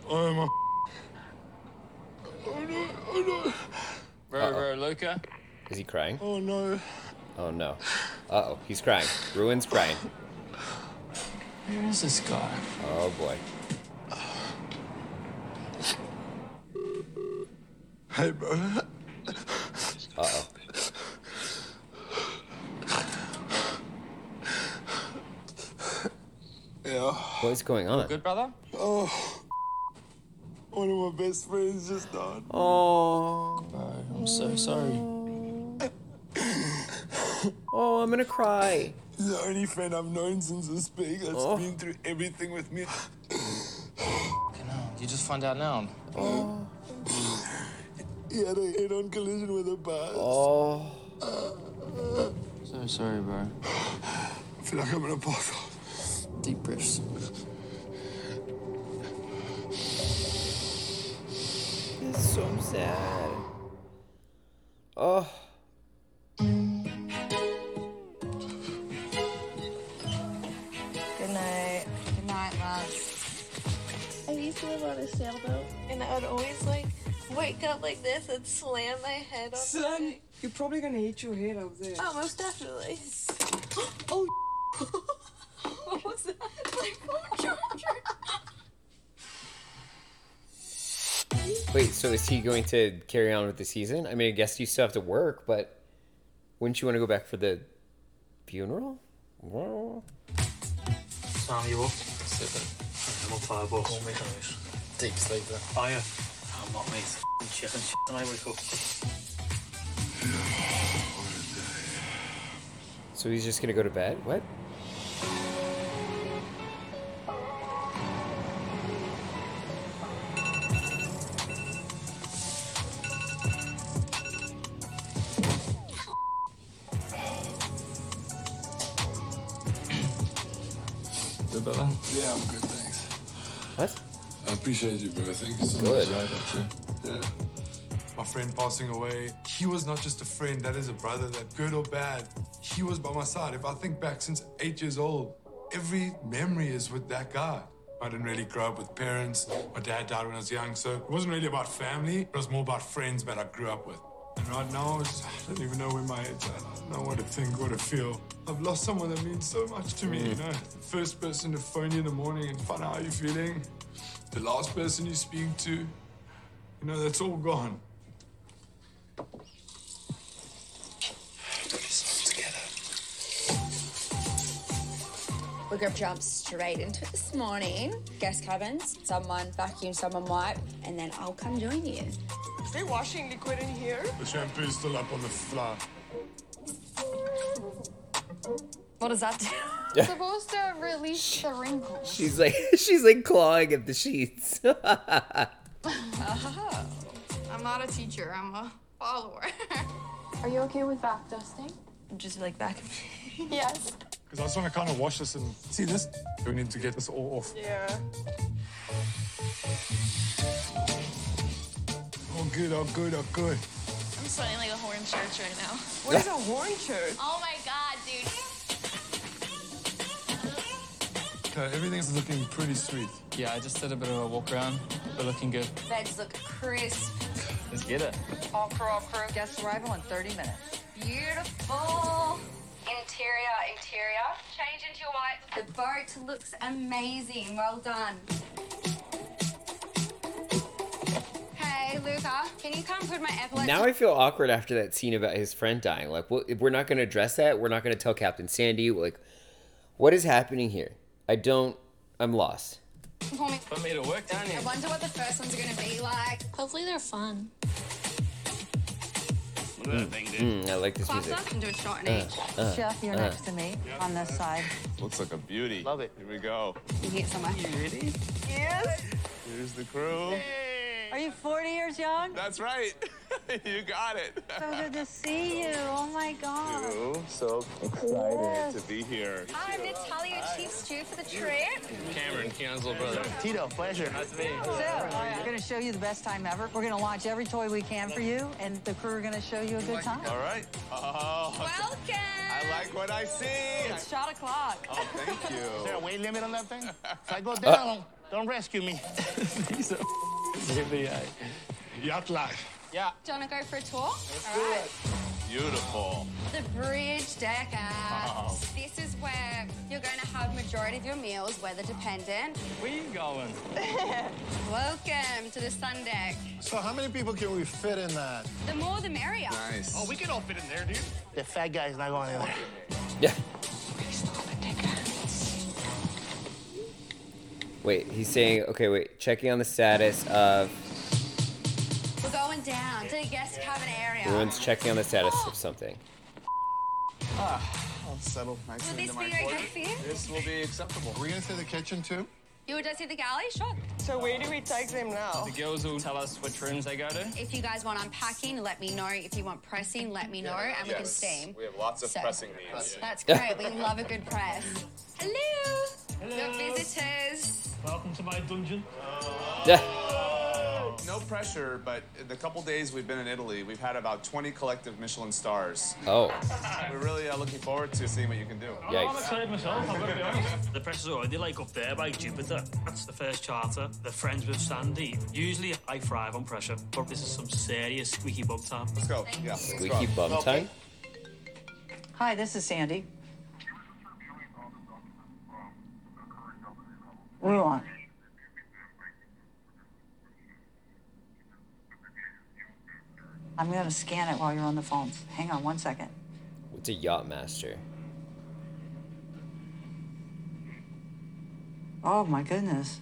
Speaker 14: Oh my.
Speaker 6: Oh no, oh no.
Speaker 10: Bro, bro, Luca.
Speaker 1: Is he crying?
Speaker 6: Oh no.
Speaker 1: Oh no. Uh oh, he's crying. Ruin's crying.
Speaker 6: Where is this guy?
Speaker 1: Oh boy.
Speaker 6: Hey, bro.
Speaker 1: Uh oh.
Speaker 6: Yeah.
Speaker 1: What is going on?
Speaker 10: Good, brother?
Speaker 6: Oh. One of my best friends just died.
Speaker 1: Oh.
Speaker 6: Bro, I'm so sorry.
Speaker 1: Oh, I'm gonna cry.
Speaker 6: He's the only friend I've known since this big that's
Speaker 10: Oh.
Speaker 6: been through everything with me.
Speaker 10: You just find out now.
Speaker 6: He had a head-on collision with a bus.
Speaker 1: Oh.
Speaker 10: So sorry, bro.
Speaker 6: I feel like I'm gonna pass out.
Speaker 10: Deep breaths.
Speaker 1: It's so sad.
Speaker 9: [laughs]
Speaker 1: Oh.
Speaker 11: Good night.
Speaker 2: Good night, love.
Speaker 16: I used to live on a sailboat, and I would always like wake up like this and slam my head on.
Speaker 4: Son, you're probably gonna hit your head up there.
Speaker 16: The... Oh, most definitely.
Speaker 4: Oh,
Speaker 16: what was that? Like,
Speaker 1: Wait, so is he going to carry on with the season? I mean, I guess you still have to work, but wouldn't you want to go back for the funeral? Well,
Speaker 20: Sam, you up? Seven. I'm up five bucks. Call me guys. Deep sleeper. Are you? No, I'm not me. It's f***ing chicken shit and I wake up.
Speaker 1: So he's just gonna go to bed? What?
Speaker 6: Good, brother? Yeah, I'm good, thanks.
Speaker 1: What?
Speaker 6: I appreciate you, bro. Thank you so
Speaker 1: Good.
Speaker 6: much. Good. Yeah.
Speaker 14: My friend passing away, he was not just a friend, that is a brother, that good or bad. He was by my side. If I think back since eight years old, every memory is with that guy. I didn't really grow up with parents. My dad died when I was young, so it wasn't really about family. It was more about friends that I grew up with. And right now, it's just- I don't even know where my head's at. I don't know what to think, what to feel. I've lost someone that means so much to me, you know? The first person to phone you in the morning and find out how you're feeling. The last person you speak to. You know, that's all gone.
Speaker 2: We're gonna jump straight into it this morning. Guest cabins, someone vacuum, someone wipe, and then I'll come join you.
Speaker 4: Is there washing liquid in here?
Speaker 14: The shampoo's still up on the fly.
Speaker 2: What does that do?
Speaker 1: Yeah.
Speaker 9: [laughs] Supposed to release the wrinkles.
Speaker 1: She's like [laughs] she's like clawing at the sheets. [laughs]
Speaker 9: Oh. I'm not a teacher, I'm a
Speaker 13: [laughs]
Speaker 9: follower. Are you okay with back dusting?
Speaker 16: Just like back. yes.
Speaker 14: Because I just want to kind of wash this and see this. We need to get this all off.
Speaker 4: Yeah.
Speaker 14: Oh, good, oh, good, oh, good.
Speaker 16: I'm sweating like a horn church right now.
Speaker 4: What is a
Speaker 2: Oh
Speaker 4: horn shirt?
Speaker 16: Oh my god, dude.
Speaker 14: No, everything's looking pretty sweet.
Speaker 10: Yeah, I just did a bit of a walk around. We're looking good.
Speaker 21: Beds look crisp.
Speaker 10: Let's get it.
Speaker 21: All crew, all crew. Guests arrival in 30 minutes.
Speaker 22: Beautiful. Interior, interior. Change into your white. The boat looks amazing. Well done.
Speaker 2: Hey, Luca, can you come put my envelope?
Speaker 1: Now I feel awkward after that scene about his friend dying. Like, what, we're not going to address that. We're not going to tell Captain Sandy. Like, what is happening here? I don't. I'm lost.
Speaker 2: for me?
Speaker 10: Put me to work, don't
Speaker 2: I wonder what the first ones are gonna be like.
Speaker 23: Hopefully they're fun.
Speaker 10: Look at that thing, dude.
Speaker 1: Mm, I like this
Speaker 2: Class
Speaker 1: music.
Speaker 2: up and do a shot in
Speaker 1: Uh,
Speaker 2: each.
Speaker 1: uh,
Speaker 12: Chef, you're
Speaker 1: uh.
Speaker 12: next to me on this side.
Speaker 6: Looks like a beauty. Love it. Here we go.
Speaker 2: You can get somewhere. You ready?
Speaker 12: Yes.
Speaker 6: Here's the crew.
Speaker 12: Are you 40 years young?
Speaker 6: That's right. [laughs] you got it.
Speaker 12: So good to see you. Oh my God.
Speaker 6: Ooh, so excited
Speaker 12: Yes.
Speaker 6: to be here.
Speaker 22: I'm Natalia, chief stew for the trip.
Speaker 10: Cameron, Keon's little brother.
Speaker 12: Tito,
Speaker 10: pleasure. That's me.
Speaker 12: So, we're going to show you the best time ever. We're going to launch every toy we can for you, and the crew are going to show you a good time.
Speaker 6: All right. Oh,
Speaker 22: Welcome.
Speaker 6: I like what I see.
Speaker 24: It's shot o'clock.
Speaker 6: Oh, thank you.
Speaker 15: Is there a weight limit on
Speaker 6: [laughs]
Speaker 15: that thing? If I go
Speaker 6: Uh.
Speaker 15: down, don't rescue me. He's a
Speaker 6: Yacht life. Yeah.
Speaker 2: Do you wanna go for a tour? All right.
Speaker 6: Beautiful.
Speaker 2: The bridge deck out.
Speaker 6: Wow.
Speaker 2: This is where you're going to have majority of your meals
Speaker 6: [laughs]
Speaker 2: weather dependent.
Speaker 5: Where you going?
Speaker 2: Welcome to the sun deck.
Speaker 15: So how many people can we fit in that?
Speaker 2: The more, the merrier.
Speaker 15: Oh, we can all fit in there, dude. The fat guy's not going in there.
Speaker 1: Wait, he's saying, okay, wait, checking on the status of.
Speaker 2: We're going down to the guest cabin area.
Speaker 1: Everyone's checking on the status of something.
Speaker 15: Ah, I'll settle nicely
Speaker 2: Will this into my be okay quarter. for you?
Speaker 15: This will be acceptable. We're gonna say the kitchen too.
Speaker 2: You would just see the galley? Sure.
Speaker 25: So where do we take them now?
Speaker 10: The girls will tell us which rooms they go to.
Speaker 2: If you guys want unpacking, let me know. If you want pressing, let me know, and we can steam.
Speaker 6: We have lots of
Speaker 2: So-
Speaker 6: pressing needs.
Speaker 2: That's great. we love a good press. Hello.
Speaker 5: Hello.
Speaker 2: Your visitors.
Speaker 5: Welcome to my dungeon.
Speaker 6: No pressure, but in the couple days we've been in Italy, we've had about 20 collective Michelin stars.
Speaker 1: Oh.
Speaker 6: We're really uh, looking forward to seeing what you can do.
Speaker 5: I'm excited myself, I've got to be honest. The pressure's already like up there by Jupiter. That's the first charter. The friends with Sandy. Usually I thrive on pressure, but this is some serious squeaky bum time. Let's
Speaker 6: go. Yeah.
Speaker 1: Squeaky bum time?
Speaker 12: Hi, this is Sandy. Ruan. I'm going to scan it while you're on the phone. Hang on one second.
Speaker 1: What's a yacht master?
Speaker 12: Oh my goodness.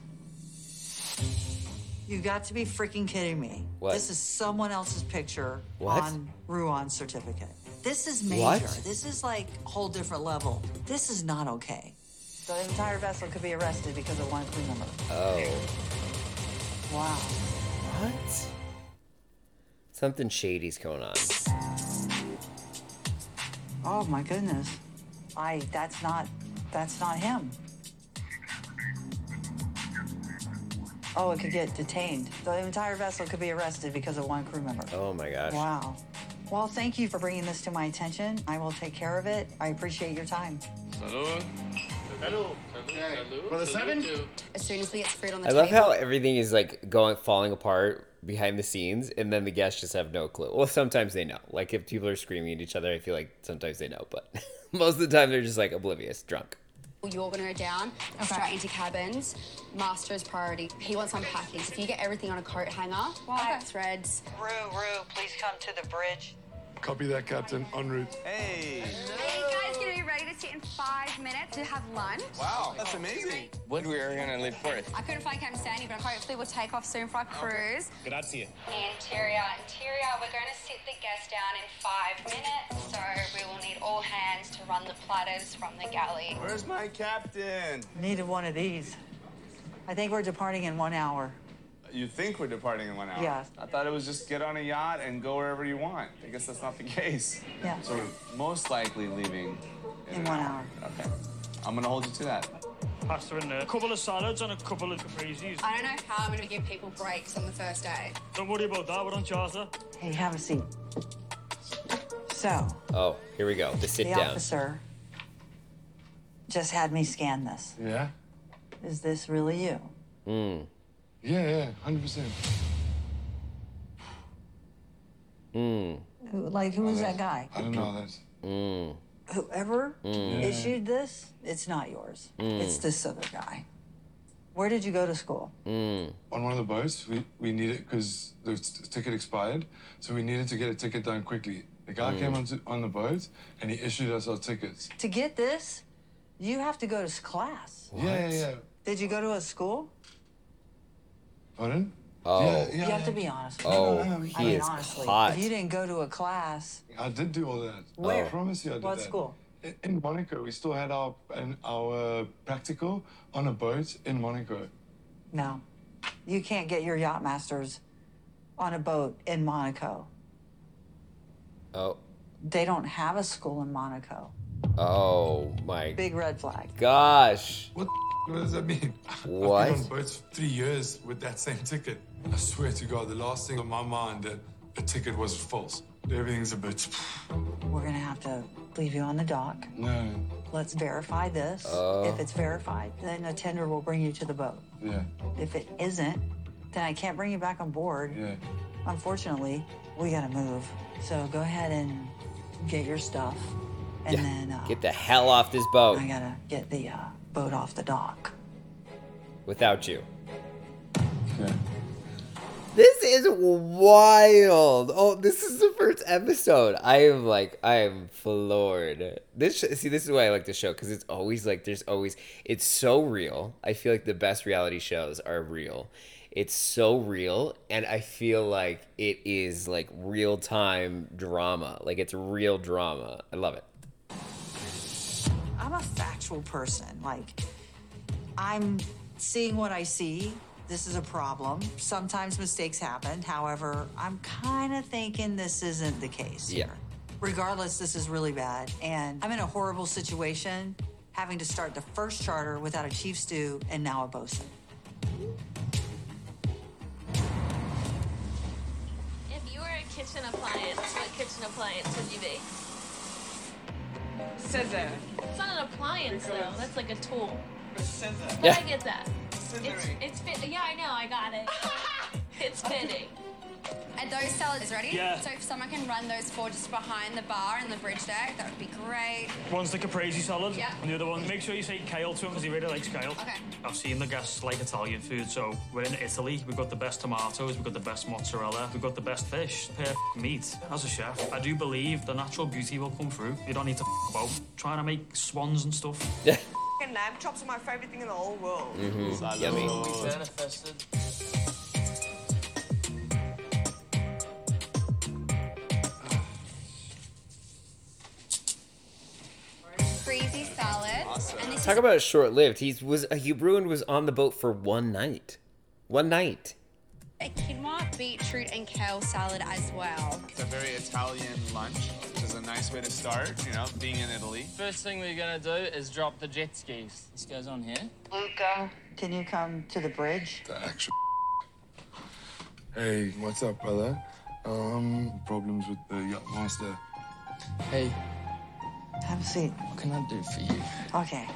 Speaker 12: You got to be freaking kidding me.
Speaker 1: What?
Speaker 12: This is someone else's picture
Speaker 1: What?
Speaker 12: on Ruan's certificate. This is major.
Speaker 1: What?
Speaker 12: This is like a whole different level. This is not okay. The entire vessel could be arrested because of one crew member.
Speaker 1: Oh.
Speaker 12: Wow.
Speaker 1: What? Something shady's going on.
Speaker 12: Oh my goodness. I that's not that's not him. Oh, it could get detained. The entire vessel could be arrested because of one crew member.
Speaker 1: Oh my gosh.
Speaker 12: Wow. Well, thank you for bringing this to my attention. I will take care of it. I appreciate your time.
Speaker 10: Salud.
Speaker 15: Hello. Brother Seven?
Speaker 2: As soon as we get food on the
Speaker 1: I love
Speaker 2: table.
Speaker 1: how everything is like going falling apart behind the scenes, and then the guests just have no clue. Well, sometimes they know. Like if people are screaming at each other, I feel like sometimes they know, but [laughs] most of the time they're just like oblivious, drunk.
Speaker 2: You're gonna go down, straight into cabins. Master is priority. He wants unpacking. So if you get everything on a coat hanger, like threads.
Speaker 12: Rue, Rue, please come to the bridge.
Speaker 14: Copy that, Captain. En route.
Speaker 6: Hey.
Speaker 2: Are you guys gonna be ready to sit in five minutes to have lunch?
Speaker 6: Wow, that's amazing.
Speaker 10: What we are gonna leave for it.
Speaker 2: I couldn't find Captain Sandy, but hopefully we'll take off soon for our cruise.
Speaker 10: Grazie.
Speaker 2: Interior, interior, we're going to sit the guests down in five minutes, so we will need all hands to run the platters from the galley.
Speaker 6: Where's my captain?
Speaker 12: Needed one of these. I think we're departing in one hour.
Speaker 6: You think we're departing in one hour?
Speaker 12: Yeah.
Speaker 6: I thought it was just get on a yacht and go wherever you want. I guess that's not the case.
Speaker 12: Yeah.
Speaker 6: So we're most likely leaving in,
Speaker 12: In one hour.
Speaker 6: Okay. I'm gonna hold you to that.
Speaker 5: Pasta in there. A couple of salads and a couple of capricis.
Speaker 2: I don't know how I'm going to give people breaks on the first day.
Speaker 5: Don't worry about that, we're on charter.
Speaker 12: Hey, have a seat. So,
Speaker 1: Oh, here we go. The sit
Speaker 12: the
Speaker 1: down.
Speaker 12: officer just had me scan this.
Speaker 14: Yeah?
Speaker 12: Is this really you?
Speaker 1: Mm.
Speaker 14: Yeah, yeah, hundred percent.
Speaker 1: Mm.
Speaker 12: Who- Like, who is that guy?
Speaker 14: I don't know. That's
Speaker 1: Mm.
Speaker 12: Whoever
Speaker 1: Mm.
Speaker 12: issued this, it's not yours.
Speaker 14: Mm.
Speaker 12: It's this other guy. Where did you go to school?
Speaker 1: Mm.
Speaker 14: on one of the boats. We we needed because the t- ticket expired, so we needed to get a ticket done quickly. The guy
Speaker 12: Mm.
Speaker 14: came on, on the boat and he issued us our tickets.
Speaker 12: To get this, you have to go to s- class.
Speaker 14: Yeah, yeah, yeah.
Speaker 12: Did you go to a school?
Speaker 14: Pardon?
Speaker 1: Oh.
Speaker 14: Yeah, yeah,
Speaker 12: you have
Speaker 14: yeah.
Speaker 12: to be honest.
Speaker 1: Oh,
Speaker 12: I mean,
Speaker 1: he is
Speaker 12: honestly,
Speaker 1: caught.
Speaker 12: If you didn't go to a class,
Speaker 14: I did do all that.
Speaker 12: Where?
Speaker 14: I promise you, I did
Speaker 12: What
Speaker 14: that.
Speaker 12: school?
Speaker 14: In- In Monaco, we still had our an, our practical on a boat in Monaco.
Speaker 12: no, you can't get your yacht masters on a boat in Monaco.
Speaker 1: Oh.
Speaker 12: They don't have a school in Monaco.
Speaker 1: Oh my
Speaker 12: Big red flag.
Speaker 1: gosh.
Speaker 14: What the what does that mean?
Speaker 1: [laughs] What?
Speaker 14: I've been on boats for three years with that same ticket. I swear to God, the last thing on my mind that the ticket was false. Everything's a bit. [sniffs]
Speaker 12: We're gonna have to leave you on the dock.
Speaker 14: No.
Speaker 12: Let's verify this.
Speaker 1: Uh.
Speaker 14: Oh.
Speaker 12: if it's verified, then a tender will bring you to the boat.
Speaker 14: Yeah.
Speaker 12: If it isn't, then I can't bring you back on board.
Speaker 14: Yeah.
Speaker 12: Unfortunately, we gotta move. So go ahead and get your stuff, and
Speaker 1: Yeah. Oh.
Speaker 12: then uh,
Speaker 1: Get the hell off this boat
Speaker 12: I gotta get the uh, boat off the dock.
Speaker 1: without you.
Speaker 14: Yeah.
Speaker 1: This is wild. Oh, this is the first episode. I am like, I am floored. This sh- see, this is why I like the show because it's always like, there's always, it's so real. I feel like the best reality shows are real. It's so real, and I feel like it is like real time drama. Like it's real drama. I love it.
Speaker 12: I'm a factual person. Like, I'm seeing what I see. This is a problem. Sometimes mistakes happen. However, I'm kind of thinking this isn't the case.
Speaker 1: Yeah.
Speaker 12: Regardless, this is really bad. And I'm in a horrible situation having to start the first charter without a chief stew and now a bosun.
Speaker 16: If you were a kitchen appliance, what kitchen appliance would you be?
Speaker 4: Scissor.
Speaker 16: It's not an appliance though. That's like a tool.
Speaker 4: Scissor.
Speaker 16: But I get that. It's, it's fit. Yeah, I know. I got it.
Speaker 4: [laughs]
Speaker 16: it's fitting.
Speaker 2: Are those salads ready?
Speaker 5: Yeah.
Speaker 2: So if someone can run those four just behind the bar and the bridge deck, that would be great.
Speaker 5: One's the caprese salad,
Speaker 2: Yeah.
Speaker 5: and the other one. Make sure you say kale to him because he really likes kale.
Speaker 2: Okay.
Speaker 5: I've seen the guests like Italian food, so we're in Italy. We've got the best tomatoes, we've got the best mozzarella, we've got the best fish, perfect meat. As a chef, I do believe the natural beauty will come through. You don't need to f- about trying to make swans and stuff. Yeah.
Speaker 4: Fucking lamb chops are my favorite thing in the whole world.
Speaker 1: Mm-hmm.
Speaker 5: Mhm.
Speaker 4: Salud.
Speaker 5: Yummy.
Speaker 7: Manifested.
Speaker 2: Freezy salad. And this
Speaker 1: Talk
Speaker 2: is
Speaker 1: about short lived. He was uh, he ruined was on the boat for one night. One night.
Speaker 2: a quinoa, beetroot, and kale salad as well.
Speaker 6: It's a very Italian lunch, which is a nice way to start, you know, being in Italy.
Speaker 10: First thing we're gonna do is drop the jet skis. This goes on here.
Speaker 12: Luca, can you come to the bridge?
Speaker 14: The actual. [laughs] Hey, what's up, brother? Um, problems with the yacht master.
Speaker 7: Hey,
Speaker 12: Have a seat.
Speaker 7: what can I do for you?
Speaker 12: Okay.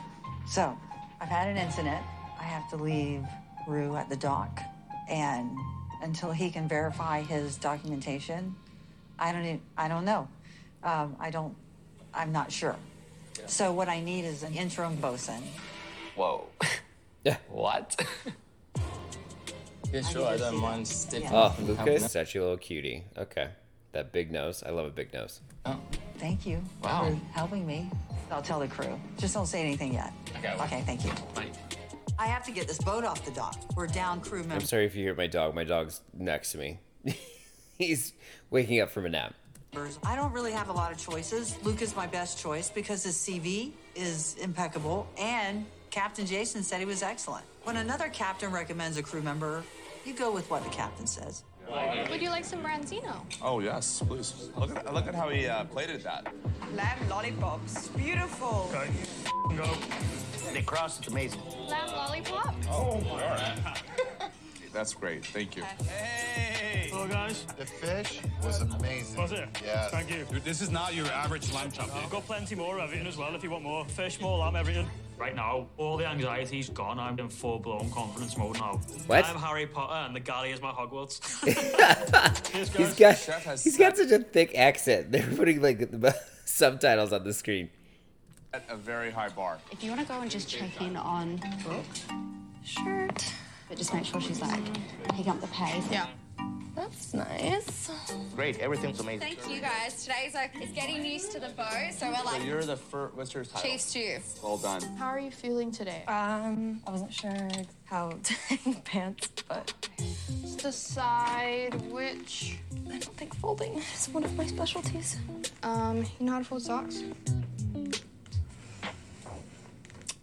Speaker 12: So, I've had an incident. I have to leave Rue at the dock. And until he can verify his documentation, I don't even, I don't know. Um, I don't, I'm not sure. So, what I need is an interim bosun.
Speaker 10: Whoa. what? yeah, sure. I, don't mind stepping
Speaker 1: Oh,
Speaker 10: up and helping
Speaker 1: Lucas,
Speaker 10: out.
Speaker 1: such a little cutie. Okay, that big nose. I love a big nose.
Speaker 12: Thank you
Speaker 1: Wow.
Speaker 12: for helping me. I'll tell the crew. Just don't say anything yet.
Speaker 1: Okay, I will.
Speaker 12: Okay, thank you. I have to get this boat off the dock. We're down crew
Speaker 1: I'm
Speaker 12: members.
Speaker 1: sorry if you hear my dog. My dog's next to me. [laughs] He's waking up from a nap. [laughs]
Speaker 12: I don't really have a lot of choices. Luke is my best choice because his CV is impeccable, and Captain Jason said he was excellent. When another captain recommends a crew member, you go with what the captain says.
Speaker 9: Would you like some branzino?
Speaker 6: Oh yes, please. Look at look at how he uh, plated that.
Speaker 4: Lamb lollipops. Beautiful.
Speaker 15: They crossed. It's amazing. Oh
Speaker 9: Lamb lollipop?
Speaker 6: [laughs] That's great. Thank you. Hey.
Speaker 5: saw, guys?
Speaker 8: The fish was amazing.
Speaker 5: Was it?
Speaker 8: Yes.
Speaker 5: Thank you.
Speaker 26: This is not your average lamb chop,
Speaker 5: I've got plenty more Everton as well if you want more. Fish, more lamb, Everton. Right now, all the anxiety's gone. I'm in full blown confidence mode now.
Speaker 1: What?
Speaker 5: I'm Harry Potter and the galley is my
Speaker 1: [laughs]
Speaker 5: Hogwarts. Cheers,
Speaker 1: He's
Speaker 5: guys.
Speaker 1: got he's got such a thick accent. [laughs] They're putting like the [laughs] subtitles on the screen.
Speaker 6: At a very high bar.
Speaker 13: If you want to go and just check in on Brooke, shirt, but just make sure she's like picking up the pace. Yeah.
Speaker 11: That's nice.
Speaker 15: Great, everything's amazing.
Speaker 2: Thank you guys. Today's like it's getting used to the boat, so we're
Speaker 6: So
Speaker 2: like
Speaker 6: you're the first. What's your title?
Speaker 2: chief stew.
Speaker 6: Well done.
Speaker 9: How are you feeling today?
Speaker 3: Um, I wasn't sure how to [laughs] hang pants, but
Speaker 9: Just decide which.
Speaker 3: I don't think folding is one of my specialties.
Speaker 9: Um, you know how to fold socks?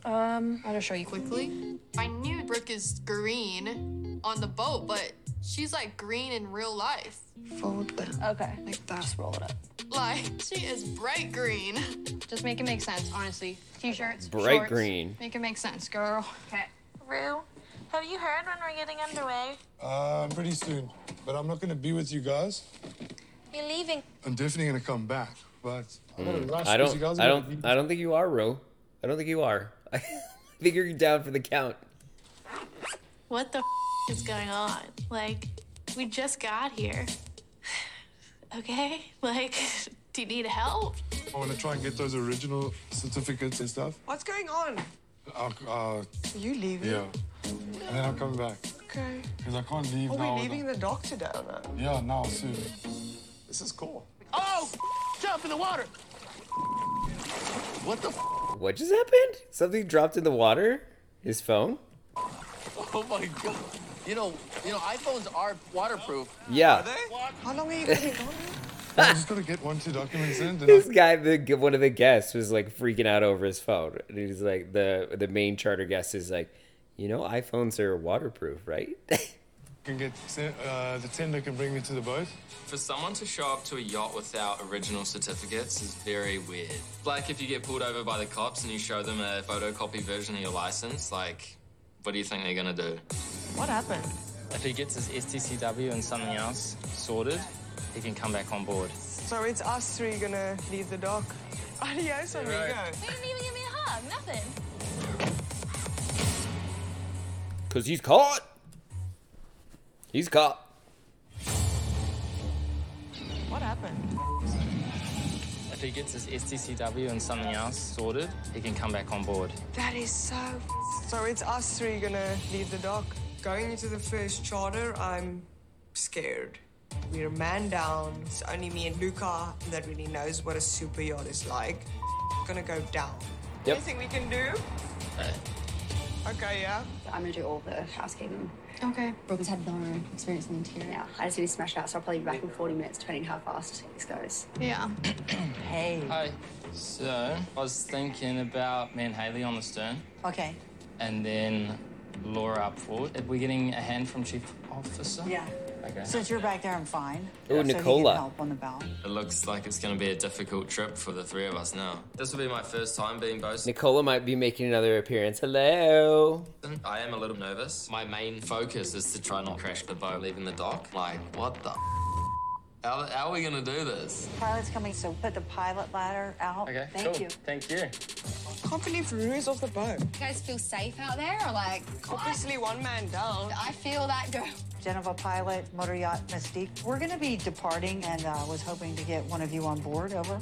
Speaker 9: Um, I'll just show you quickly. I knew Brooke is green on the boat, but she's like green in real life.
Speaker 3: Fold them. Okay. Like that. Just roll it up.
Speaker 9: Like, she is bright green. Just make it make sense, honestly. T shirts.
Speaker 1: Bright green.
Speaker 9: Make it make sense, girl. Okay.
Speaker 16: Rue, have you heard when we're getting underway?
Speaker 14: Uh, pretty soon, but I'm not gonna be with you guys.
Speaker 16: You're leaving.
Speaker 14: I'm definitely gonna come back, but I'm gonna
Speaker 1: Mm.
Speaker 14: rush
Speaker 1: Hmm. I
Speaker 14: 'cause you guys
Speaker 1: don't
Speaker 14: are
Speaker 1: I
Speaker 14: gonna
Speaker 1: don't I don't think you are, Ro. I don't think you are. [laughs] I think you're down for the count.
Speaker 16: What the f- is going on? Like, we just got here. Okay? [laughs] Like, do you need help?
Speaker 14: I want to try and get those original certificates and stuff.
Speaker 4: What's going on?
Speaker 14: I'll, uh,
Speaker 4: You leaving?
Speaker 14: yeah. And then I'll come back.
Speaker 4: Okay.
Speaker 14: Because I can't leave
Speaker 4: Are
Speaker 14: now.
Speaker 4: we leaving the dock today or no?
Speaker 14: Yeah, now, soon.
Speaker 6: This is cool.
Speaker 15: Oh, jump in the water.
Speaker 1: What the What just happened? Something dropped in the water? His phone?
Speaker 15: Oh my god. You know, you know, iPhones are waterproof.
Speaker 1: Yeah.
Speaker 4: How long are you going on?
Speaker 14: I'm just gonna get one, two documents in.
Speaker 1: [laughs]
Speaker 14: Then
Speaker 1: This guy, the one of the guests, was like freaking out over his phone, and he's like, the the main charter guest is like, you know, iPhones are waterproof, right?
Speaker 14: I can get se- uh, the tender can bring me to the boat.
Speaker 10: [laughs] For someone to show up to a yacht without original certificates is very weird. Like if you get pulled over by the cops and you show them a photocopy version of your license, like, what do you think they're gonna do?
Speaker 3: What happened?
Speaker 10: If he gets his STCW and something else sorted, he can come back on board.
Speaker 4: So it's us three gonna leave the dock. [laughs] Adios, amigo.
Speaker 11: You didn't even give me a hug. Nothing.
Speaker 1: Cause he's caught. He's caught.
Speaker 4: What happened?
Speaker 10: If he gets his STCW and something else sorted, he can come back on board.
Speaker 4: That is so. So it's us three gonna leave the dock. Going into the first charter, I'm scared. We're man down. It's only me and Luca that really knows what a super yacht is like. Gonna go down.
Speaker 1: Yep.
Speaker 4: Anything we can do? Okay, yeah.
Speaker 13: I'm gonna do all the housekeeping.
Speaker 9: Okay.
Speaker 13: Brooke's had no experience in the interior now. I just need to smash it out, so I'll probably be back in 40 minutes, depending how fast this goes.
Speaker 9: Yeah.
Speaker 10: hey. Hi. So, I was thinking about me and Haley on the stern,
Speaker 12: Okay.
Speaker 10: and then Laura up forward. Are we getting a hand from Chief Officer?
Speaker 12: Yeah.
Speaker 10: Okay.
Speaker 12: Since you're back there, I'm fine.
Speaker 10: Ooh,
Speaker 12: so he can
Speaker 10: Nicola.
Speaker 12: help on the bow.
Speaker 10: It looks like it's going to be a difficult trip for the three of us now. This will be my first time being bosun.
Speaker 1: Nicola might be making another appearance. Hello.
Speaker 10: I am a little nervous. My main focus is to try not crash the boat leaving the dock. Like, what the? How, how are we going to do this?
Speaker 12: Pilot's coming, so put the pilot ladder out.
Speaker 10: Okay,
Speaker 12: Thank
Speaker 10: cool.
Speaker 12: you.
Speaker 10: Thank you.
Speaker 4: Can't believe Rue is off the boat.
Speaker 2: You guys feel safe out there, or like?
Speaker 4: Obviously, one man down.
Speaker 2: I feel that girl.
Speaker 12: Geneva pilot, motor yacht Mystique. We're going to be departing and uh, was hoping to get one of you on board. Over.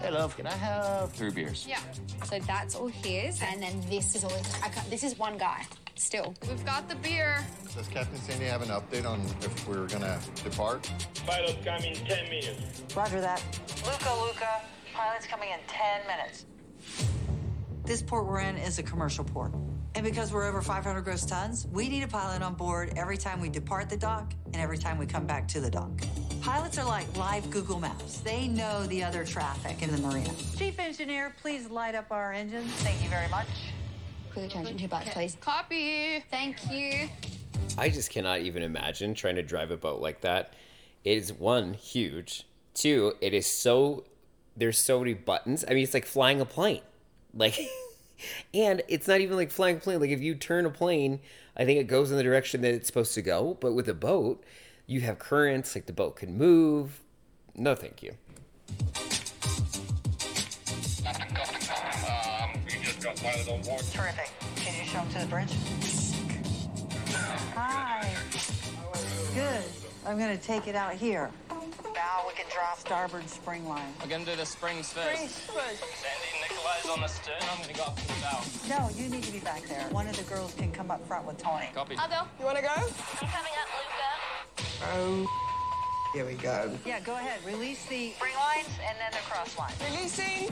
Speaker 15: Hey, love, can I have
Speaker 10: three beers?
Speaker 13: Yeah. So that's all his, and then this is all. His. I can't, this is one guy. Still,
Speaker 9: We've got the beer.
Speaker 8: Does Captain Sandy have an update on if we're gonna depart?
Speaker 27: Pilot coming 10 minutes.
Speaker 12: Roger that.
Speaker 15: Luca, Luca, pilot's coming in 10 minutes.
Speaker 12: This port we're in is a commercial port. And because we're over 500 gross tons, we need a pilot on board every time we depart the dock and every time we come back to the dock. Pilots are like live Google Maps. They know the other traffic in the marina. Chief engineer, please light up our engines. Thank you very much.
Speaker 13: quickly change into bucks, please.
Speaker 9: Copy.
Speaker 13: Thank you.
Speaker 1: I just cannot even imagine trying to drive a boat like that. It is one huge. Two, it is so there's so many buttons. I mean, it's like flying a plane. Like [laughs] and it's not even like flying a plane. Like if you turn a plane, I think it goes in the direction that it's supposed to go, but with a boat, You have currents, like the boat could move. No, thank you.
Speaker 19: Um, we just got one of those boards.
Speaker 12: Terrific. Can you show them to the bridge? Hi. Good. I'm gonna take it out here. Now we can drop starboard spring line.
Speaker 10: We're gonna do the springs first. Sandy Nicolai's on the stern. I'm gonna go up to the bow.
Speaker 12: No, you need to be back there. One of the girls can come up front with Tony.
Speaker 10: Copy.
Speaker 12: I'll go. You wanna go?
Speaker 19: I'm coming up, Luca. Oh,
Speaker 4: here we go.
Speaker 12: Yeah, go ahead. Release the
Speaker 19: Spring lines and then the cross line.
Speaker 4: Releasing.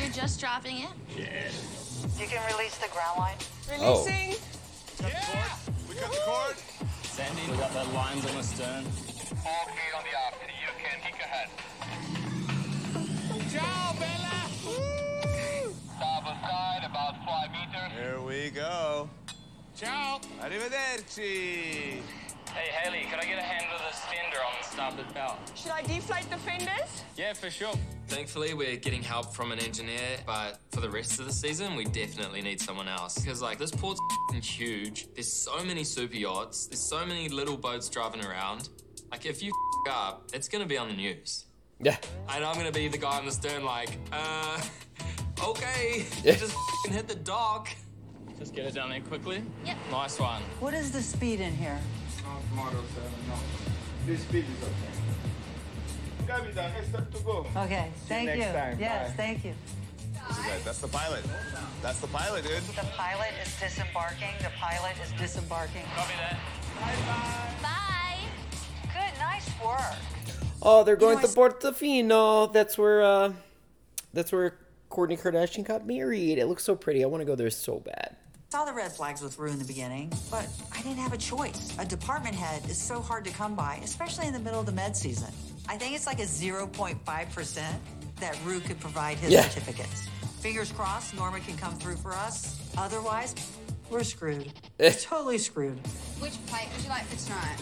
Speaker 16: You're just dropping it.
Speaker 19: Yeah. You can release the ground line.
Speaker 10: Oh.
Speaker 19: Yeah. We got the cord.
Speaker 10: Sandy, we got the lines on the stern.
Speaker 19: Okay on the aft. You can kick ahead.
Speaker 15: Ciao, Bella.
Speaker 19: Starboard side, about five meters.
Speaker 6: Here we go.
Speaker 15: Ciao.
Speaker 6: Arrivederci.
Speaker 10: Hey, Haley, could I get a hand with this fender on the starboard bow?
Speaker 4: Should I deflate the fenders?
Speaker 10: Yeah, for sure. Thankfully, we're getting help from an engineer, but for the rest of the season, we definitely need someone else. Because, like, this port's f***ing huge. There's so many super yachts, there's so many little boats driving around. Like, if you f- up, it's gonna be on the news.
Speaker 1: Yeah.
Speaker 10: And I'm gonna be the guy on the stern, like, uh, okay, you just f***ing hit the dock. Just get it down there quickly. Yep. Nice one.
Speaker 12: What is the speed in here?
Speaker 17: uh,
Speaker 26: This speed is okay. Captain, it's time to go.
Speaker 12: Okay,
Speaker 6: you
Speaker 12: thank
Speaker 6: next
Speaker 12: you.
Speaker 6: time.
Speaker 12: Yes,
Speaker 6: Bye.
Speaker 12: thank you.
Speaker 6: This is it. That's the pilot. That's the pilot, dude.
Speaker 12: The pilot is disembarking. The pilot is disembarking.
Speaker 10: Copy that.
Speaker 19: Bye. Good, nice work.
Speaker 1: Oh, they're going to Portofino. That's where uh that's where Courtney Kardashian got married. It looks so pretty. I want to go there so bad.
Speaker 12: Saw the red flags with Rue in the beginning, but I didn't have a choice. A department head is so hard to come by, especially in the middle of the med season. I think it's like a 0.5% that Rue could provide his
Speaker 1: Yeah.
Speaker 12: certificates. Fingers crossed, Norma can come through for us. Otherwise, we're screwed.
Speaker 1: [laughs] Eh.
Speaker 12: totally screwed.
Speaker 13: Which plate would you like for tonight?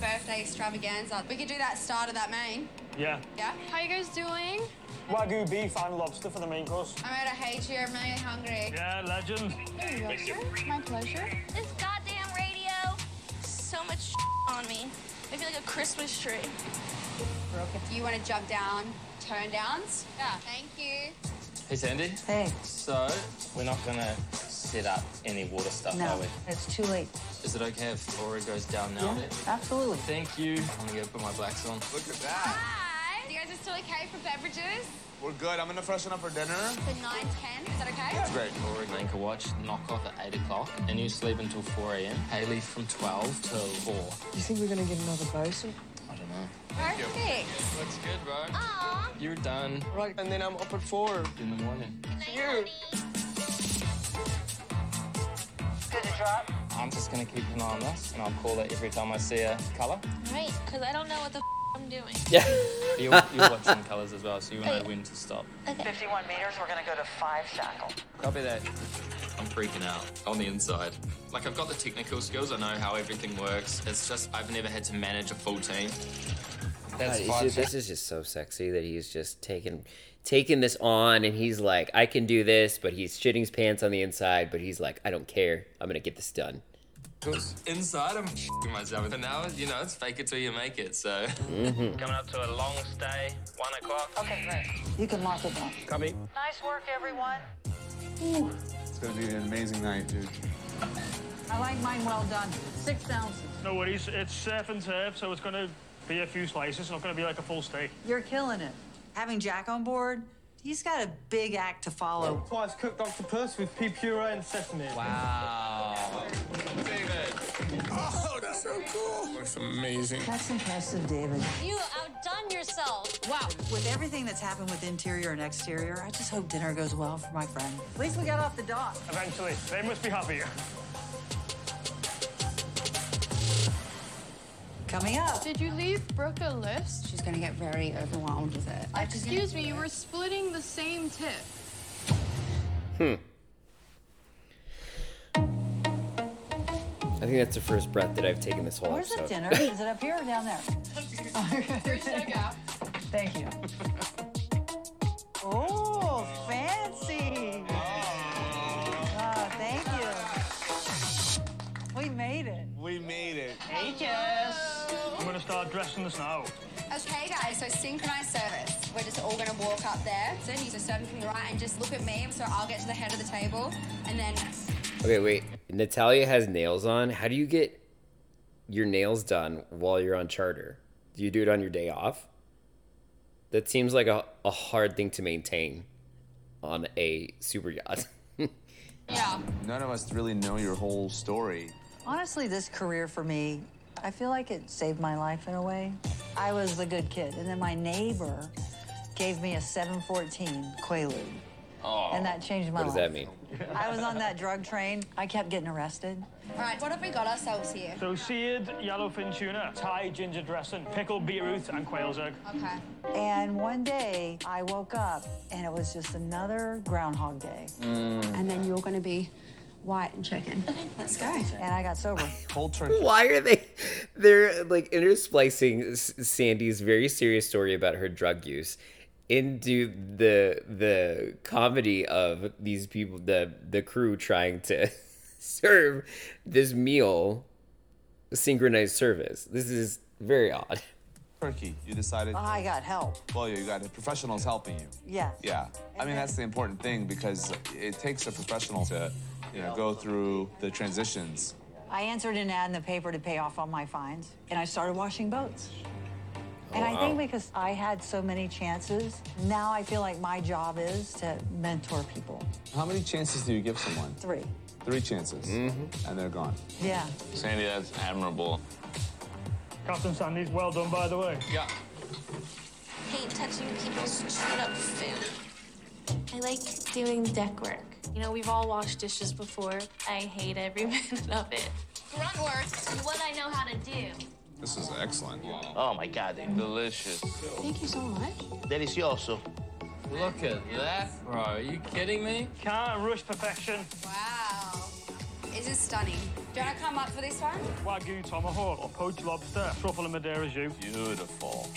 Speaker 13: Birthday extravaganza. We could do that start of that main.
Speaker 5: Yeah.
Speaker 13: Yeah. How you guys doing?
Speaker 5: Wagyu beef and lobster for the main course.
Speaker 13: I'm out of hate here. I'm really hungry.
Speaker 5: Yeah, legend.
Speaker 13: There you go, sir. My pleasure.
Speaker 16: This goddamn radio. So much on me. I feel like a Christmas tree.
Speaker 13: Brooke, if you want to jump down, turn downs. Yeah. Thank you.
Speaker 10: Hey, Sandy.
Speaker 12: Hey.
Speaker 10: So, we're not gonna set up any water stuff, are
Speaker 12: No,
Speaker 10: we?
Speaker 12: it's too late.
Speaker 10: Is it okay if Laura goes down now?
Speaker 12: Yeah, absolutely.
Speaker 10: Thank you. I'm gonna go put my blacks on.
Speaker 6: Look at that.
Speaker 13: Hi. You guys are still okay for beverages?
Speaker 6: We're good. I'm gonna freshen up for dinner.
Speaker 13: The 9 10. Is that okay?
Speaker 10: It's great. Laura and Anchor Watch knock off at 8 o'clock, and you sleep until 4 a.m. Haley from 12 till 4.
Speaker 28: You think we're gonna get another bosun?
Speaker 10: I don't know.
Speaker 13: Perfect.
Speaker 10: Looks good, bro. You're done
Speaker 28: Right, and then I'm up at four.
Speaker 10: in the morning.
Speaker 28: You.
Speaker 19: Good to drop.
Speaker 10: I'm just gonna keep an eye on this, and I'll call it every time I see a color.
Speaker 16: Right, because I don't know what the f- I'm doing.
Speaker 1: Yeah.
Speaker 10: [laughs] You're, you're watching colors as well, so you know when to stop.
Speaker 19: 51 meters, we're gonna go to five shackle.
Speaker 10: Copy that. I'm freaking out on the inside. Like, I've got the technical skills, I know how everything works. It's just, I've never had to manage a full team.
Speaker 1: God,
Speaker 10: That's
Speaker 1: it's
Speaker 10: five
Speaker 1: just- this is just so sexy that he's just taking taking this on and he's like, I can do this, but he's shitting his pants on the inside, but he's like, I don't care. I'm gonna get this done.
Speaker 10: shackles. Inside, I'm f***ing myself. And now, you know, it's fake it till you make it, so.
Speaker 1: Mhm.
Speaker 10: Coming up to a long stay, one o'clock.
Speaker 19: Okay, great.
Speaker 12: You can lock it down.
Speaker 10: Copy.
Speaker 19: Nice work, everyone.
Speaker 6: It's gonna be an amazing night, dude.
Speaker 12: I like mine well done. Six ounces.
Speaker 5: No worries. It's surf and turf, so it's gonna be a few slices. It's not gonna be like a full steak.
Speaker 12: You're killing it. Having Jack on board, he's got a big act to follow.
Speaker 20: Twice cooked octopus with pea puree and sesame.
Speaker 10: Wow.
Speaker 20: Oh, that's so cool.
Speaker 15: Looks amazing.
Speaker 12: That's impressive, David.
Speaker 19: You outdone yourself.
Speaker 12: Wow. With everything that's happened with interior and exterior, I just hope dinner goes well for my friend. At least we got off the dock.
Speaker 5: Eventually, they must be happy.
Speaker 12: Coming up.
Speaker 9: Did you leave Brooke a list?
Speaker 13: She's going to get very overwhelmed with it. I just
Speaker 9: Excuse me, you were splitting the same tip.
Speaker 1: Hmm. I think that's the first breath that I've taken this whole
Speaker 12: Where's the
Speaker 1: episode. [laughs]
Speaker 12: dinner? Is it up here or down there?
Speaker 9: First checkout.
Speaker 12: Thank you. Oh, fancy. Oh, Ah, thank you. We made
Speaker 5: not dressing us now.
Speaker 2: Okay, guys, so synchronized service. We're just all gonna walk up there. So you just serve from the right and just look at me, so I'll get to the head of the table, and then
Speaker 1: Okay, wait. Natalia has nails on. How do you get your nails done while you're on charter? Do you do it on your day off? That seems like a, a hard thing to maintain on a super yacht. [laughs]
Speaker 9: Yeah.
Speaker 6: None of us really know your whole story.
Speaker 12: Honestly, this career for me, I feel like it saved my life in a way. I was the good kid, and then my neighbor gave me a 714 Quaalude,
Speaker 1: Oh.
Speaker 12: and that changed my
Speaker 1: What does
Speaker 12: life.
Speaker 1: that mean?
Speaker 12: I was on that drug train. I kept getting arrested.
Speaker 2: all right, what have we got ourselves here?
Speaker 5: So seared yellowfin tuna, Thai ginger dressing, pickled beetroot, and quail's egg.
Speaker 2: Okay.
Speaker 12: And one day I woke up and it was just another Groundhog Day. And then you're going to be white and chicken. Let's go. And I got sober.
Speaker 6: Cold
Speaker 1: Why are they? They're like intersplicing S- Sandy's very serious story about her drug use into the the comedy of these people, the the crew trying to [laughs] serve this meal synchronized service. This is very odd.
Speaker 6: Turkey. You decided.
Speaker 12: I got help.
Speaker 6: Well, you got professionals helping you.
Speaker 12: Yeah.
Speaker 6: Yeah. I mean, that's the important thing because it takes a professional to, you know, go through the transitions.
Speaker 12: I answered an ad in the paper to pay off all my fines and I started washing boats. And I
Speaker 6: wow.
Speaker 12: think because I had so many chances, now I feel like my job is to mentor people.
Speaker 6: How many chances do you give someone?
Speaker 12: Three.
Speaker 6: Three chances, and they're gone.
Speaker 12: Yeah.
Speaker 10: Mm-hmm. Sandy, that's admirable.
Speaker 5: Captain Sandy's well done, by the way.
Speaker 10: Yeah.
Speaker 16: hate touching people's chewed up food. I like doing deck work. You know, we've all washed dishes before. I hate every [laughs] minute of it. Grunt work is what I know how to do.
Speaker 6: This is excellent.
Speaker 7: Oh my god, they're delicious.
Speaker 16: Thank you so much.
Speaker 7: Delicioso.
Speaker 10: Look at that, bro. Are you kidding me?
Speaker 5: Can't rush
Speaker 12: [laughs]
Speaker 5: perfection.
Speaker 2: Wow. This is stunning. Do you want to come up for this one?
Speaker 5: Wagyu tomahawk or poached lobster, truffle and Madeira jus.
Speaker 10: Beautiful.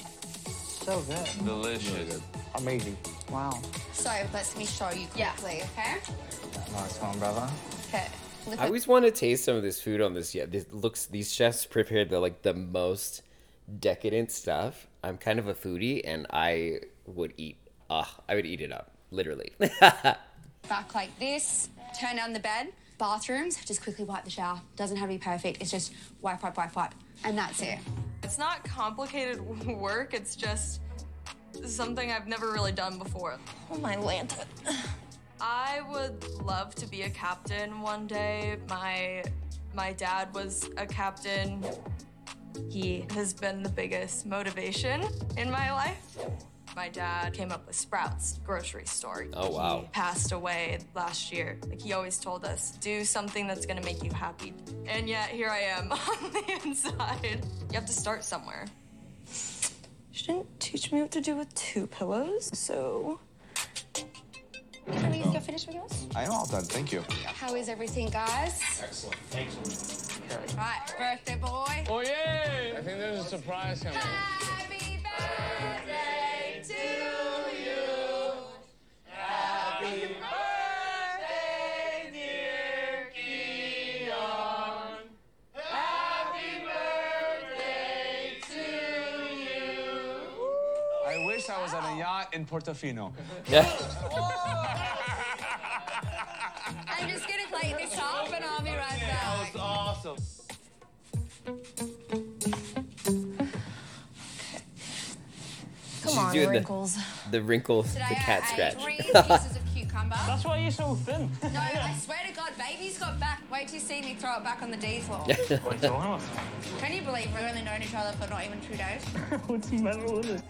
Speaker 12: So good.
Speaker 10: Delicious.
Speaker 15: Amazing.
Speaker 12: Wow.
Speaker 2: So let me show you quickly,
Speaker 15: Nice one, brother.
Speaker 2: okay? Okay.
Speaker 1: I always want to taste some of this food on this. Yeah, this looks. These chefs prepared the like the most decadent stuff. I'm kind of a foodie, and I would eat. Ah, I would eat it up, literally. [laughs]
Speaker 2: back like this, turn down the bed. Bathrooms, just quickly wipe the shower. Doesn't have to be perfect. It's just wipe, wipe, wipe, wipe. And that's it.
Speaker 3: It's not complicated [laughs] work, it's just something I've never really done before. Oh my lanta. I would love to be a captain one day. My my dad was a captain. He has been the biggest motivation in my life. My dad came up with Sprouts grocery store.
Speaker 1: Oh, wow.
Speaker 3: He passed away last year. Like he always told us, do something that's gonna make you happy. And yet here I am [laughs] on the inside. You have to start somewhere.
Speaker 19: She didn't teach me what to do with two pillows, so.
Speaker 2: Are we you're finished with yours?
Speaker 6: I am all done. Thank you.
Speaker 2: How is everything, guys?
Speaker 6: Excellent. Excellent.
Speaker 2: Right, birthday boy.
Speaker 7: Oh yeah! I think there's a surprise coming.
Speaker 6: I wish I was on a yacht in Portofino.
Speaker 2: I'm just gonna play this up and I'll be right
Speaker 7: That
Speaker 2: back.
Speaker 7: was awesome.
Speaker 2: Come on,
Speaker 1: doing
Speaker 2: wrinkles.
Speaker 1: The, the wrinkle,
Speaker 2: Today
Speaker 1: the cat
Speaker 2: I
Speaker 1: scratch.
Speaker 2: ate
Speaker 1: [laughs]
Speaker 2: three pieces of cucumber.
Speaker 5: That's why you're so thin.
Speaker 2: No, I swear to God, baby's got back. Wait till you see me throw it back on the D floor.
Speaker 5: what are you talking
Speaker 2: Can you believe we've only known each other for not even two days?
Speaker 5: about? What's mental, is it?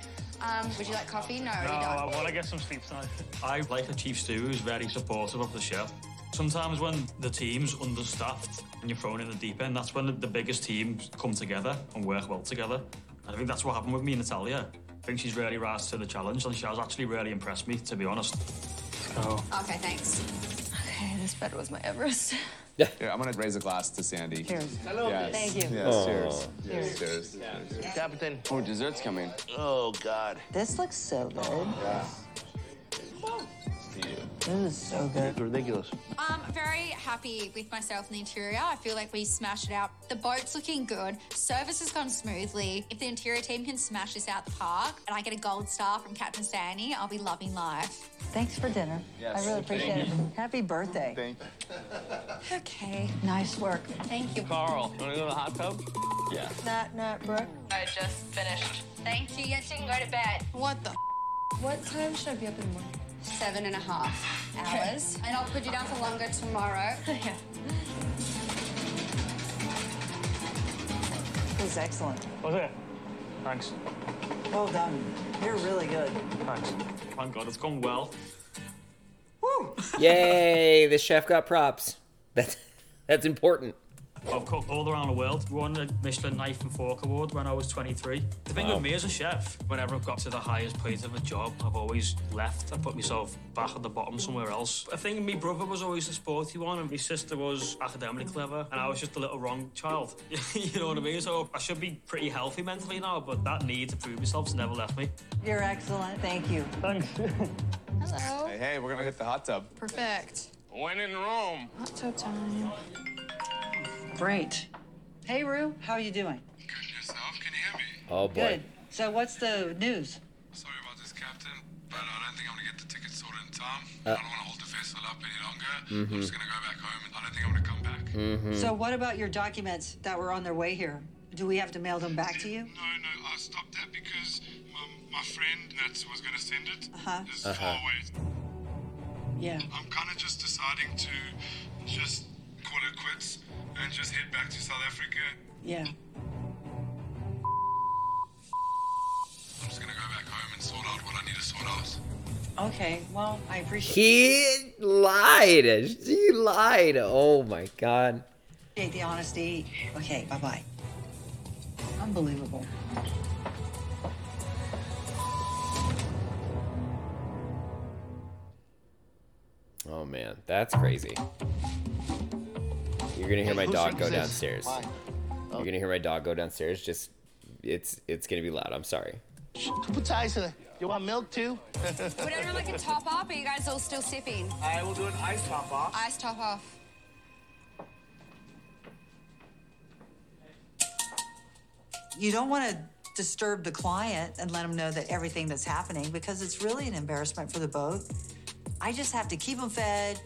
Speaker 2: Um, would you like coffee?
Speaker 5: No,
Speaker 2: No, already
Speaker 5: I
Speaker 2: done.
Speaker 5: want to get some sleep tonight. I like a chief stew who's very supportive of the chef. Sometimes when the team's understaffed and you're thrown in the deep end, that's when the, the biggest teams come together and work well together. And I think that's what happened with me and Natalia. I think she's really rised to the challenge, and she has actually really impressed me, to be honest. Oh.
Speaker 2: Okay, thanks.
Speaker 3: Okay, this bed was my Everest.
Speaker 1: Yeah.
Speaker 6: Here, I'm gonna raise a glass to Sandy.
Speaker 3: Cheers.
Speaker 6: Hello. Yes.
Speaker 3: Thank you.
Speaker 6: Yes.
Speaker 7: Aw.
Speaker 6: Cheers.
Speaker 7: Cheers.
Speaker 6: Yes. Cheers. Cheers.
Speaker 7: Captain.
Speaker 6: Oh, dessert's coming.
Speaker 7: Oh god.
Speaker 12: This looks so good.
Speaker 7: to you.
Speaker 28: This is so
Speaker 7: It's ridiculous.
Speaker 2: I'm very happy with myself in the interior. I feel like we smashed it out. The boat's looking good. Service has gone smoothly. If the interior team can smash this out the park and I get a gold star from Captain Sandy, I'll be loving life.
Speaker 12: Thanks for dinner.
Speaker 2: Yes,
Speaker 12: I really
Speaker 2: thank
Speaker 12: appreciate it.
Speaker 2: you.
Speaker 12: [laughs] Happy birthday.
Speaker 2: Okay.
Speaker 12: Nice work.
Speaker 2: Thank you.
Speaker 7: Carl, wanna go to the hot tub? Yeah.
Speaker 2: Night, night, bro. I just
Speaker 3: [laughs]
Speaker 2: finished. Thank you. Yes, you can go to bed. What the? What time should I be up in the morning? Seven and a half hours. And I'll put you down for longer tomorrow. [laughs] yeah.
Speaker 12: It was excellent.
Speaker 5: Was it? Thanks.
Speaker 12: Well done. You're really good.
Speaker 5: Thanks. Thank God, it's gone well.
Speaker 1: Yay! The chef got props. That's that's important.
Speaker 5: I've cooked all around the world. Won a Michelin knife and fork award when I was 23. The thing
Speaker 1: Wow.
Speaker 5: with me as a chef, whenever I've got to the highest point of a job, I've always left. I put myself back at the bottom somewhere else. I think my brother was always a sporty one, and my sister was academically clever, and I was just a little wrong child. [laughs] you know what I mean? So I should be pretty healthy mentally now, but that need to prove myself's never left me.
Speaker 12: You're excellent. Thank you. Thanks.
Speaker 9: Hello.
Speaker 6: Hey, hey, we're gonna hit the hot tub.
Speaker 9: Perfect.
Speaker 7: When in Rome.
Speaker 9: Hot tub time.
Speaker 12: Great. Hey, Rue, how are you doing?
Speaker 1: Oh
Speaker 12: Good. So, what's the news?
Speaker 14: Sorry about this, Captain, but I don't think I'm gonna get the ticket sorted in time.
Speaker 1: Uh,
Speaker 14: I don't wanna hold the vessel up any longer.
Speaker 1: Mhm.
Speaker 7: Mm-hmm.
Speaker 14: I'm just gonna go back home and I don't think I'm gonna come back.
Speaker 1: Mhm.
Speaker 12: So, what about your documents that were on their way here? Do we have to mail them back to you?
Speaker 14: No, no, I stopped that because my, my friend Nats was gonna send it.
Speaker 12: Uh-huh.
Speaker 14: It's
Speaker 1: Uh-huh.
Speaker 14: far away.
Speaker 12: Yeah.
Speaker 14: I'm kinda just deciding to just call it quits and just head back to South Africa.
Speaker 12: Yeah.
Speaker 14: I'm just gonna go back home and sort out what I need to sort out.
Speaker 12: Okay. Well, I appreciate
Speaker 1: He lied. She lied. Oh my god.
Speaker 12: the honesty. Okay. Bye bye. Unbelievable.
Speaker 1: Oh man, that's crazy. You're gonna hear my
Speaker 10: Whose
Speaker 1: dog
Speaker 10: room
Speaker 1: go
Speaker 10: is this?
Speaker 1: downstairs.
Speaker 10: Mine.
Speaker 1: You're gonna hear my dog go downstairs. Just it's it's gonna be loud. I'm sorry.
Speaker 7: What's ice in it? You want milk too? [laughs]
Speaker 2: Would anyone like a top up? Are you guys all still sipping?
Speaker 7: I will do an ice top off.
Speaker 2: Ice top off.
Speaker 12: You don't want to disturb the client and let them know that everything that's happening because it's really an embarrassment for the both. I just have to keep them fed,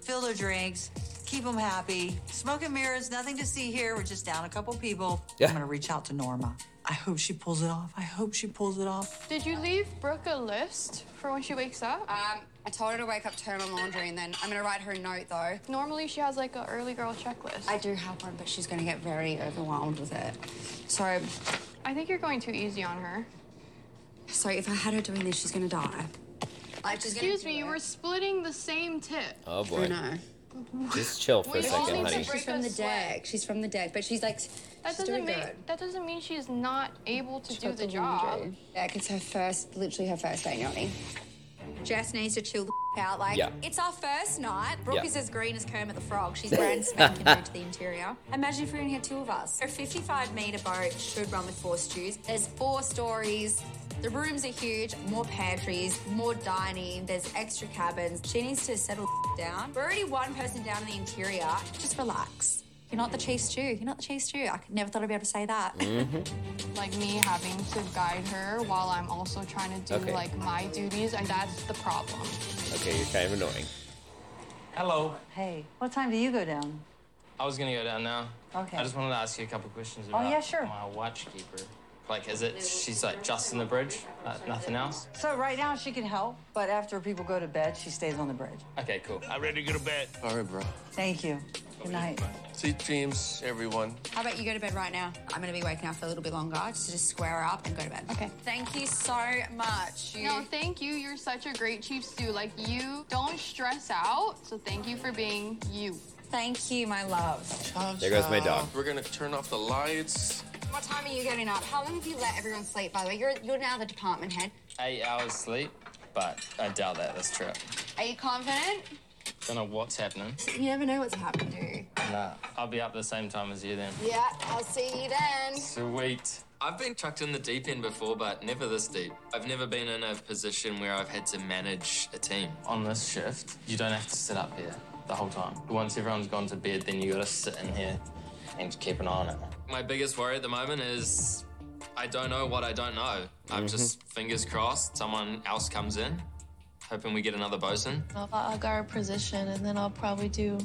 Speaker 12: fill their drinks, keep them happy. Smoke and mirrors, nothing to see here. We're just down a couple people. I'm going to reach out to Norma. I hope she pulls it off. I hope she pulls it off.
Speaker 9: Did you leave Brooke a list for when she wakes up?
Speaker 2: Um, I told her to wake up, turn on laundry, and then I'm gonna write her a note though.
Speaker 9: Normally she has like an early girl checklist.
Speaker 2: I do have one, but she's gonna get very overwhelmed with it. So,
Speaker 9: I think you're going too easy on her.
Speaker 2: so if I had her doing this, she's gonna die. Like, she's gonna
Speaker 9: Excuse me, you were splitting the same tip.
Speaker 1: Oh boy.
Speaker 2: know.
Speaker 1: Just chill for
Speaker 9: We
Speaker 1: a
Speaker 9: all
Speaker 1: second,
Speaker 9: need to
Speaker 1: honey.
Speaker 9: break
Speaker 2: She's from
Speaker 9: a
Speaker 2: the
Speaker 9: sweat.
Speaker 2: deck. She's from the deck, but she's like,
Speaker 9: That
Speaker 2: she's
Speaker 9: doesn't
Speaker 2: doing
Speaker 9: mean
Speaker 2: good.
Speaker 9: that doesn't mean she's not able to do
Speaker 2: got
Speaker 9: the
Speaker 2: the
Speaker 9: job.
Speaker 2: laundry. Yeah, 'cause it's her first, literally her first day, yachting. Jess needs to chill the f- out. Like,
Speaker 9: Yeah.
Speaker 2: it's our first night. Brooke
Speaker 9: Yeah.
Speaker 2: is as green as Kermit the Frog. She's brand spanking new to the interior. Imagine if we only had two of us. A 55 meter boat should run with four stews. There's four stories. The rooms are huge, more pantries, more dining, there's extra cabins. She needs to settle the f- down. We're already one person down in the interior. Just relax. You're not the chief stew. You're not the chief stew. I never thought I'd be able to say that.
Speaker 9: Like me having to guide her while I'm also trying to do
Speaker 1: Okay.
Speaker 9: like my duties, and that's the problem.
Speaker 1: Okay, you're kind of annoying.
Speaker 10: Hello.
Speaker 12: Hey, what time do you go down?
Speaker 10: I was gonna go down now.
Speaker 12: Okay.
Speaker 10: I just wanted to ask you a couple questions
Speaker 12: Oh,
Speaker 10: about
Speaker 12: yeah, sure.
Speaker 10: my watch keeper. Like, is it she's like just in the bridge, uh, nothing else?
Speaker 12: So right now she can help, but after people go to bed, she stays on the bridge.
Speaker 10: Okay, cool.
Speaker 7: I'm ready to go to bed.
Speaker 15: All right, bro.
Speaker 12: Thank you. Good night.
Speaker 15: Sweet dreams, everyone.
Speaker 2: How about you go to bed right now? I'm going to be waking up for a little bit longer just to just square up and go to bed. Okay. Thank you so much. You-
Speaker 9: No, thank you. You're such a great chief stew. Like you don't stress out. So thank you for being you.
Speaker 2: Thank you, my love.
Speaker 1: There goes my dog.
Speaker 15: We're gonna turn off the lights.
Speaker 2: What time are you getting up? How long have you let everyone sleep, by the way? You're, you're now the department head.
Speaker 10: Eight hours sleep, but I doubt that this trip.
Speaker 2: Are you confident?
Speaker 10: Don't know what's happening.
Speaker 2: You never know what's happened to you.
Speaker 10: Nah, I'll be up the same time as you then.
Speaker 2: Yeah, I'll see you then.
Speaker 10: Sweet. I've been chucked in the deep end before, but never this deep. I've never been in a position where I've had to manage a team. On this shift, you don't have to sit up here the whole time. Once everyone's gone to bed, then you gotta sit in here and keep an eye on it. My biggest worry at the moment is I don't know what I don't know. I'm
Speaker 1: Mhm.
Speaker 10: just fingers crossed someone else comes in, hoping we get another bosun.
Speaker 16: I'll, I'll guard position and then I'll probably do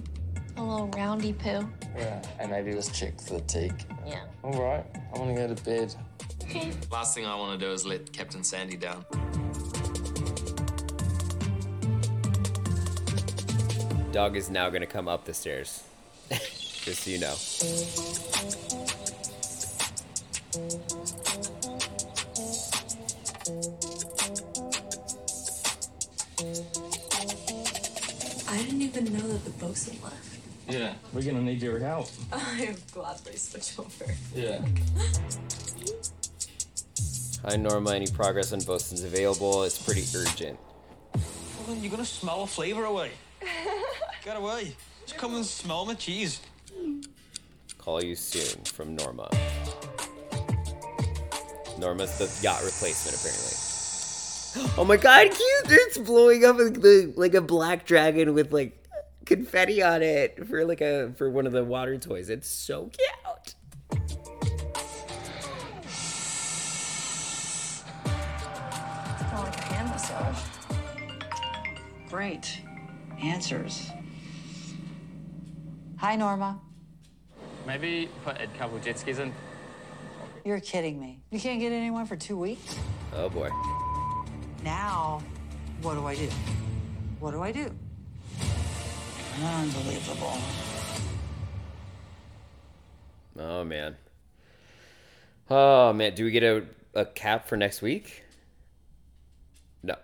Speaker 16: a little roundy poo.
Speaker 10: Yeah, and maybe just check for the teak.
Speaker 16: Yeah.
Speaker 10: All right, I want to go to bed.
Speaker 16: Okay.
Speaker 10: Last thing I want to do is let Captain Sandy down.
Speaker 1: Dog is now going to come up the stairs. [laughs] Just so you know.
Speaker 19: I didn't even know that the bosun left.
Speaker 10: Yeah, we're gonna need your help.
Speaker 19: I gladly switch over.
Speaker 3: [laughs]
Speaker 10: Yeah.
Speaker 1: Hi, Norma. Any progress on bosun's available? It's pretty urgent.
Speaker 5: Well, then you're gonna smell the flavour away. Get away. Just come and smell my cheese.
Speaker 1: Call you soon from Norma. Norma's the yacht replacement, apparently.
Speaker 11: Oh my god, cute! It's blowing up like, the, like a black dragon with like confetti on it for like a for one of the water toys. It's so cute.
Speaker 19: Not like a hand massage. Great.
Speaker 12: Answers. Hi, Norma.
Speaker 17: Maybe put a couple jet skis in.
Speaker 12: You're kidding me. You can't get anyone for two weeks?
Speaker 1: Oh boy.
Speaker 12: Now, what do I do? What do I do? Unbelievable.
Speaker 1: Oh man. Oh man, do we get a, a cap for next week? No.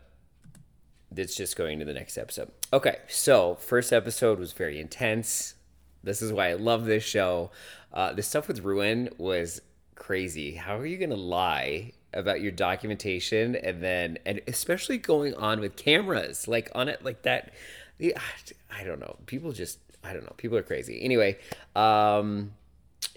Speaker 1: It's just going to the next episode. Okay, so first episode was very intense. This is why I love this show. Uh, the stuff with Ruin was crazy. How are you gonna lie about your documentation and then and especially going on with cameras like on it like that? The I don't know. People just I don't know. People are crazy. Anyway, um,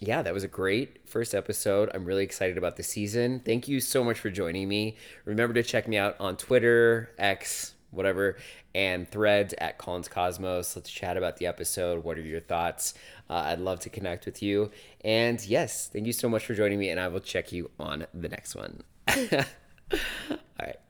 Speaker 1: yeah, that was a great first episode. I'm really excited about the season. Thank you so much for joining me. Remember to check me out on Twitter, X, whatever, and threads at Collins Cosmos. Let's chat about the episode. What are your thoughts? Uh, I'd love to connect with you. And [laughs] yes, thank you so much for joining me, and I will check you on the next one. All right.